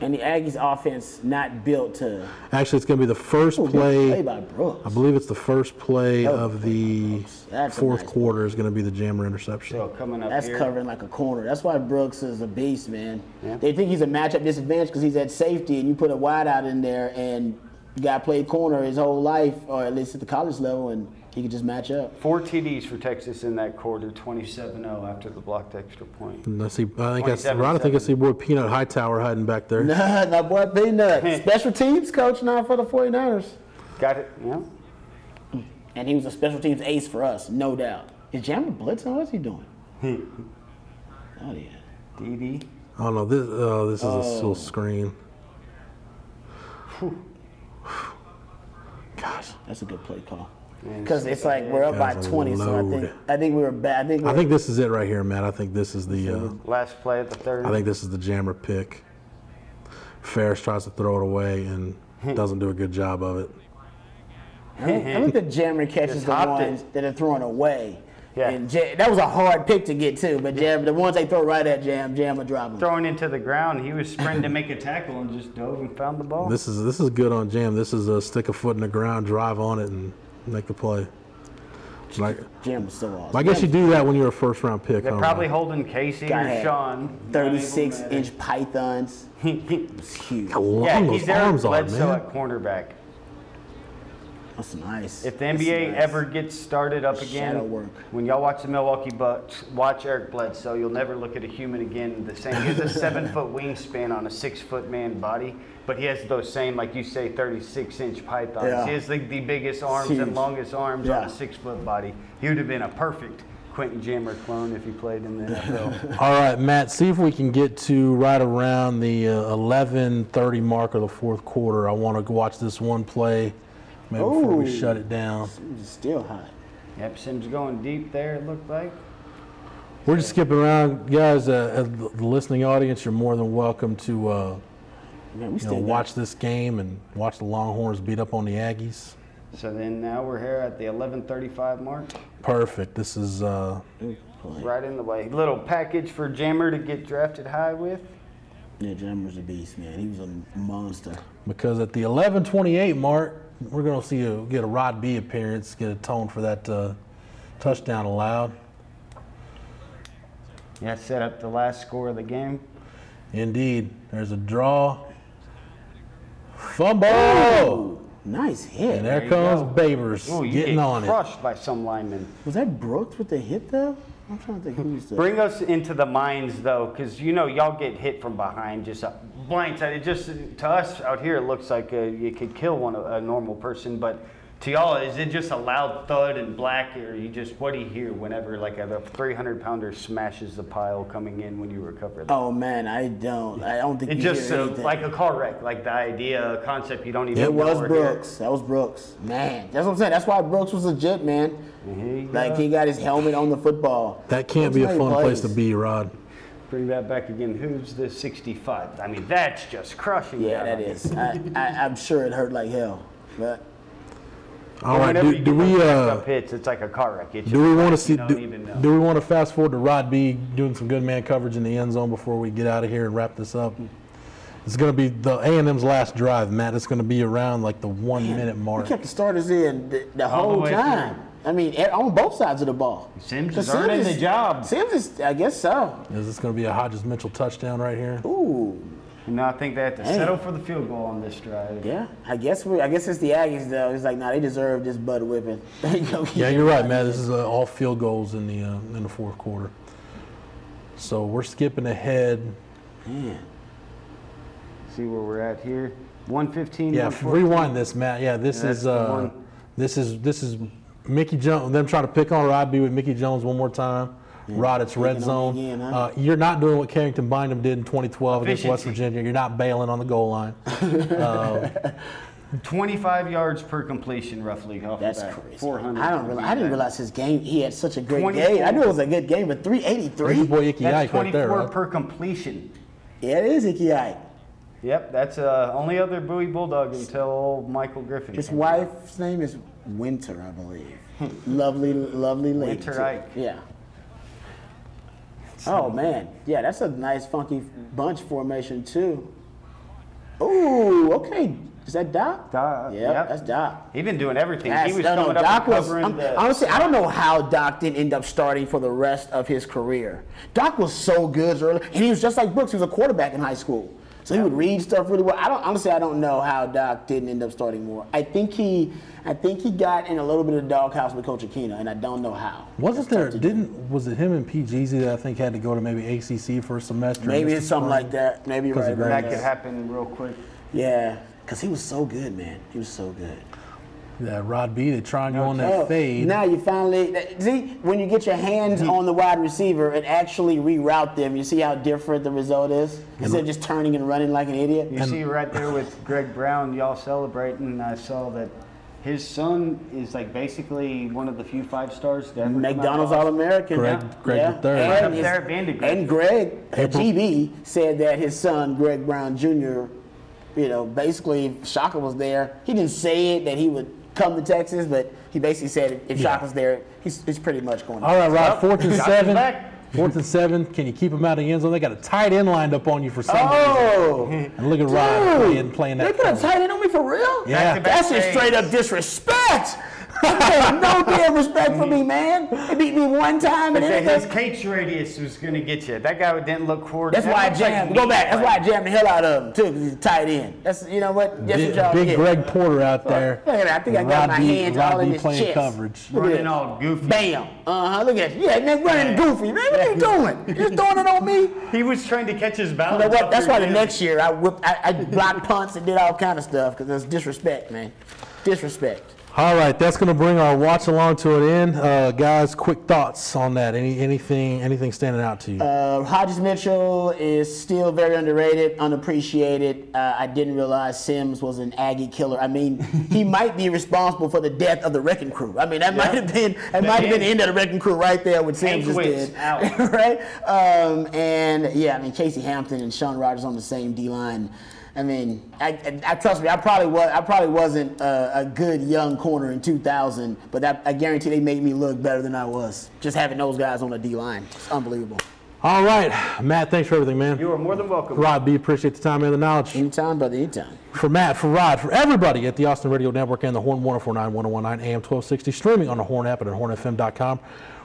I: And the Aggies' offense not built to
H: actually, it's going to be the first
I: Ooh, good
H: play.
I: play by Brooks.
H: I believe it's the first play
I: Oh,
H: of the
I: That's a
H: fourth
I: nice
H: quarter is going to be the Jammer interception.
D: coming up
I: That's
D: here.
I: covering like a corner. That's why Brooks is a beast, man. They think he's a matchup disadvantage because he's at safety, and you put a wide out in there, and the guy played corner his whole life, or at least at the college level, and he could just match up. [laughs]
D: Four TDs for Texas in that quarter, 27-0 after the blocked extra point.
H: And I see. I think I see, Ron, I think I see boy Peanut Hightower hiding back there.
I: Nah, my boy Peanut. special teams coach now for the 49ers.
D: Got it, yeah.
I: And he was a special teams ace for us, no doubt. Is Jammer blitzing? What's he
D: [laughs]
I: doing? oh, yeah.
D: DD.
H: Oh no, this oh, this is a
I: Oh.
H: still screen.
I: Gosh, that's a good play call. Because it's like we're up by
H: Guys are
I: 20, so I think
H: loaded.
I: I think we were bad. I think,
H: I think this is it right here, Matt. I think this is the. Uh,
D: Last play of the third.
H: I think this is the Jammer pick.
D: Hmm.
H: Ferris tries to throw it away and doesn't do a good job of it.
I: I think, I
D: [laughs]
I: think the jamming catches
D: Just
I: the
D: hopped
I: ones that are thrown away.
D: Yeah.
I: And jam, that was a hard pick to get too, but jam, the ones they throw right at jam, jam will drop them.
D: Throwing into the ground, he was sprinting to make a tackle and just dove and found the ball.
H: This is this is good on jam. This is a stick a foot in the ground, drive on it, and make the play. Like,
I: Jam was so awesome.
H: I guess you do that when you're a first round pick.
D: They're
H: huh?
D: probably holding Casey
I: Guy
D: or
I: had
D: Sean.
I: 36
D: [laughs]
I: inch pythons. It was huge.
H: How long
D: yeah,
H: those
D: he's there
H: arms are,
D: Bledsoe
H: man.
D: at cornerback.
I: That's nice.
D: If the
I: That's
D: NBA
I: nice.
D: ever gets started up again,
I: Shadow work.
D: when y'all watch the Milwaukee Bucks, watch Eric Bledsoe. You'll never look at a human again the same. He has a seven
I: [laughs]
D: foot wingspan on a six foot man body, but he has those same, like you say, 36 inch pythons.
I: Yeah.
D: He has like the biggest arms
I: Huge.
D: and longest arms on
I: Yeah.
D: a six foot body. He would have been a perfect Quentin Jammer clone if he played in the
I: [laughs]
D: NFL.
H: All right, Matt. See if we can get to right around the uh, 11:30 mark of the fourth quarter. I want to watch this one play, maybe before
I: Ooh.
H: we shut it down.
I: It's still hot.
D: yep, Sim's going deep there, it looked like.
H: We're just skipping around, guys. Uh, uh, the listening audience, you're more than welcome to uh,
I: Man, we
H: you know,
I: still
H: watch this game and watch the Longhorns beat up on the Aggies.
D: So then now we're here at the 11:35 mark.
H: Perfect. This is uh,
D: Right in the way. Little package for Jammer to get drafted high with.
I: Got, yeah, jam was a beast, man. He was a monster.
H: because at the 11:28 mark, we're going to see a, get a Rod B appearance, get a tone for that uh, touchdown allowed.
D: Yeah, set up the last score of the game.
H: Indeed, there's a draw.
D: Oh!
H: Fumble.
I: Oh, Nice hit.
H: And there,
D: you
H: comes
D: go.
H: Babers
D: Ooh, you
H: getting
D: get
H: on it.
D: crushed by some linemen.
I: Was that Brooks with the hit though? I'm trying to think who was the.
D: Bring us into the minds though, because you know y'all get hit from behind, just a blindside. It just to us out here, it looks like uh you could kill one a normal person, but to y'all, is it just a loud thud and black, or you just what do you hear whenever like a 300 pounder smashes the pile coming in when you recover? That?
I: oh man, I don't. I don't think
D: It
I: you
D: just
I: hear
D: uh,
I: anything.
D: like a car wreck, like the idea, a concept you don't
I: It
D: even. know
I: was
D: are here.
I: Brooks. That was Brooks. Man, that's what I'm saying. That's why Brooks was legit, man.
D: Mhm.
I: Like he got his helmet on the football.
H: That can't
I: That's
H: be a
I: how he
H: fun place
I: plays.
H: to be, Rod.
D: Bring that back again. Who's the 65? I mean, that's just crushing.
I: Yeah,
D: down
I: that
D: on you.
I: is. I, I, I'm sure it hurt like hell, but
H: All right,
D: Whenever
H: do,
D: you
H: do
D: get
H: we
D: those
H: uh,
D: backup hits, it's like a car wreck. It's
H: do we want to see
D: don't even know.
H: do, do we want to fast forward to Rod B doing some good man coverage in the end zone before we get out of here and wrap this up? It's going to be the A and M's last drive, Matt. It's going to be around like the one minute
I: we
H: mark.
I: kept the starters in the, the
D: All the
I: whole
D: way
I: time. I mean, e- on both sides of the ball.
D: Sims
I: 'Cause
D: is earning the job.
I: Sims is, I guess so.
H: Is this going to be a Hodges Mitchell touchdown right here?
I: Ooh,
D: No, I think they have to
I: Dang.
D: settle for the field goal on this drive.
I: yeah. I guess we. I guess it's the Aggies though. It's like, nah, they deserve this butt whipping. [laughs] They go get
H: Yeah, you're right, Matt. This is uh, all field goals in the uh, in the fourth quarter. So we're skipping ahead
I: Man.
D: See where we're at here. 115.
H: Yeah,
D: 114.
H: rewind this, Matt. Yeah, this
D: That's
H: is
D: the
H: uh,
D: one.
H: this is this is Mickey Jones. Them trying to pick on Rod B with Mickey Jones one more time. Rod, it's red
I: Picking on
H: zone.
I: me again, huh?
H: uh, you're not doing what Carrington Bynum did in 2012 against West
D: Efficiency.
H: Virginia. You're not bailing on the goal
I: [laughs]
H: line. Uh,
D: 25 yards per completion, roughly.
I: [laughs]
D: Off
I: That's
D: the bat.
I: crazy.
D: 400.
I: I don't. Really, I didn't realize his game. He had such a great
D: 24.
I: game. I knew it was a good game, but
H: there's your
I: 383.
H: boy Icky
D: That's
H: Ike
D: 24
H: right there. Right?
D: per completion.
I: Yeah, it is Icky Ike.
D: Yep, that's uh, only other Bowie Bulldog until old Michael Griffin.
I: His
D: came.
I: wife's name is Winter, I believe. lovely, lovely lady.
D: Hmm. Winter
I: too.
D: Ike.
I: Yeah. Oh man, yeah, that's a nice funky bunch formation too. Ooh, okay, is that Doc?
D: Doc,
I: Yep,
D: yep.
I: that's Doc.
D: He been doing everything.
I: That's,
D: he was
I: no, no,
D: coming up
I: Doc
D: and
I: was.
D: covering
I: I'm-
D: the.
I: honestly, I don't know how Doc didn't end up starting for the rest of his career. Doc was so good early, and he was just like Brooks. He was a quarterback in high school, so he would read stuff really well. I don't honestly, I don't know how Doc didn't end up starting more. I think he, I think he got in a little bit of doghouse with Coach Aquino, and I don't know how.
H: Wasn't
I: That's
H: there?
I: tough to do.
H: Didn't was it him and P. Jeezy that I think had to go to maybe ACC for a semester?
I: Maybe it's something like that. Maybe you're
H: 'Cause
I: right.
H: of
I: about
D: that
H: Grant.
D: could happen real quick.
I: Yeah, because he was so good, man. He was so good.
H: That Rod B. They trying you on
I: Oh,
H: that fade.
I: Now you finally that- see when you get your hands on the wide receiver and actually reroute them. You see how different the result is instead of just turning and running like an idiot.
D: You see right there with Greg Brown, y'all celebrating. I saw that his son is like basically one of the few five stars to ever come out of
I: McDonald's
D: college.
I: All American.
H: Greg- Greg the third.
D: Right up
I: And, his-
D: there, Vandergrift.
I: and Greg, uh,
H: April-
I: GB, said that his son, Greg Brown Jr., you know, basically, Shaka was there. He didn't say it, that he would come to Texas, but he basically said if Shock was there, he's, he's pretty much going. to
H: All right,
I: Texas.
H: Rod, fourth and
I: Shock is
H: seven.
I: back.
H: Fourth and seven. Can you keep them out of the end zone? They got a tight end lined up on you for some
I: Oh. [laughs]
H: reason. And look at Rod
I: Dude,
H: playing, playing
I: They
H: that.
I: could have
H: cover.
I: tied in on me for real?
H: Yeah. Back-to-back
I: That's just
H: games.
I: straight up disrespect. [laughs] There's no damn respect for me, man. They beat me one time
D: But
I: and
D: then
I: then
D: his cage radius was going to get you. That guy didn't look forward.
I: That's
D: that
I: why I
D: looks like
I: jammed.
D: meat.
I: Go back. That's why I jammed the hell out of him too, because he's tight end. That's you know what. That's what
H: Big,
I: y'all
H: big
I: get.
H: Greg Porter out there.
I: Look at that. I think I
H: And
I: got
H: Rod
I: my
H: B-
I: hands
H: Rod
I: all in
H: B
I: his
H: playing
I: chest.
H: coverage.
I: Look at
H: Running
I: that.
D: all goofy.
I: Bam. Uh huh. Look at that. Yeah, man, running goofy. Man, what are you doing? You just throwing it on me?
D: He was trying to catch his
I: You
D: balance.
I: know what? That's why the
D: after he
I: next year I whipped, I, I blocked punts and did all kind of stuff because that's disrespect, man. Disrespect.
H: All right, that's going to bring our watch along to an end, uh, guys. Quick thoughts on that? Any anything anything standing out to you?
I: Uh, Hodges Mitchell is still very underrated, unappreciated. Uh, I didn't realize Sims was an Aggie killer. I mean, he
D: [laughs]
I: might be responsible for the death of the Wrecking Crew. I mean, that might have been that
D: The
I: might have been the end
D: end.
I: of the Wrecking Crew right there. What Sims just
D: Hankiewicz
I: did,
D: out.
I: [laughs] right? Um, and yeah, I mean, Casey Hampton and Sean Rogers on the same D line. I mean, I, I, I trust me. I probably was. I probably wasn't a, a good young corner in 2000, but that, I guarantee they made me look better than I was. Just having those guys on the D line, it's unbelievable.
H: All right, Matt. Thanks for everything, man.
D: You are more than welcome.
H: Rod B, appreciate the time and the knowledge.
I: Anytime, brother, anytime.
H: For Matt, for Rod, for everybody at the Austin Radio Network and the Horn 1049 1019 AM 1260, streaming on the Horn app and at hornfm.com,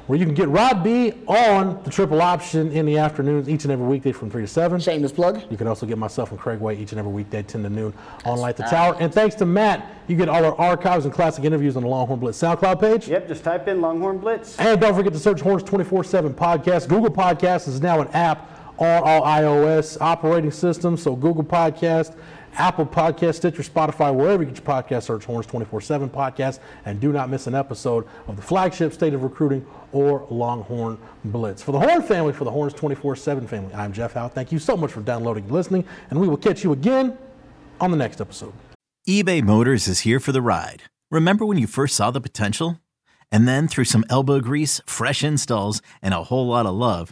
H: where you can get Rod B on the triple option in the afternoons each and every weekday from 3 to 7.
I: Shameless plug.
H: You can also get myself and Craig White each and every weekday 10 to noon on Light the Tower. And thanks to Matt, you get all our archives and classic interviews on the Longhorn Blitz SoundCloud page.
D: Yep, just type in Longhorn Blitz.
H: And don't forget to search Horns 24 7 podcast. Google Podcast is now an app on all iOS operating systems. So Google Podcast, Apple Podcast, Stitcher, Spotify, wherever you get your podcast, search Horns 24 7 podcast. And do not miss an episode of the flagship State of Recruiting or Longhorn Blitz. For the Horn family, for the Horns 24 7 family, I'm Jeff Howe. Thank you so much for downloading and listening. And we will catch you again on the next episode.
A: eBay Motors is here for the ride. Remember when you first saw the potential? And then through some elbow grease, fresh installs, and a whole lot of love,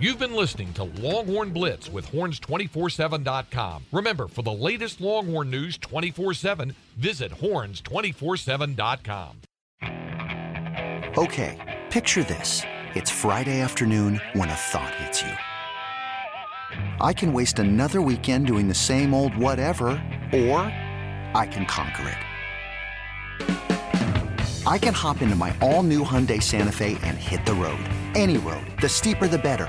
R: You've been listening to Longhorn Blitz with horns247.com. Remember, for the latest Longhorn news 24 7, visit horns247.com.
S: Okay, picture this. It's Friday afternoon when a thought hits you. I can waste another weekend doing the same old whatever, or I can conquer it. I can hop into my all new Hyundai Santa Fe and hit the road. Any road. The steeper, the better.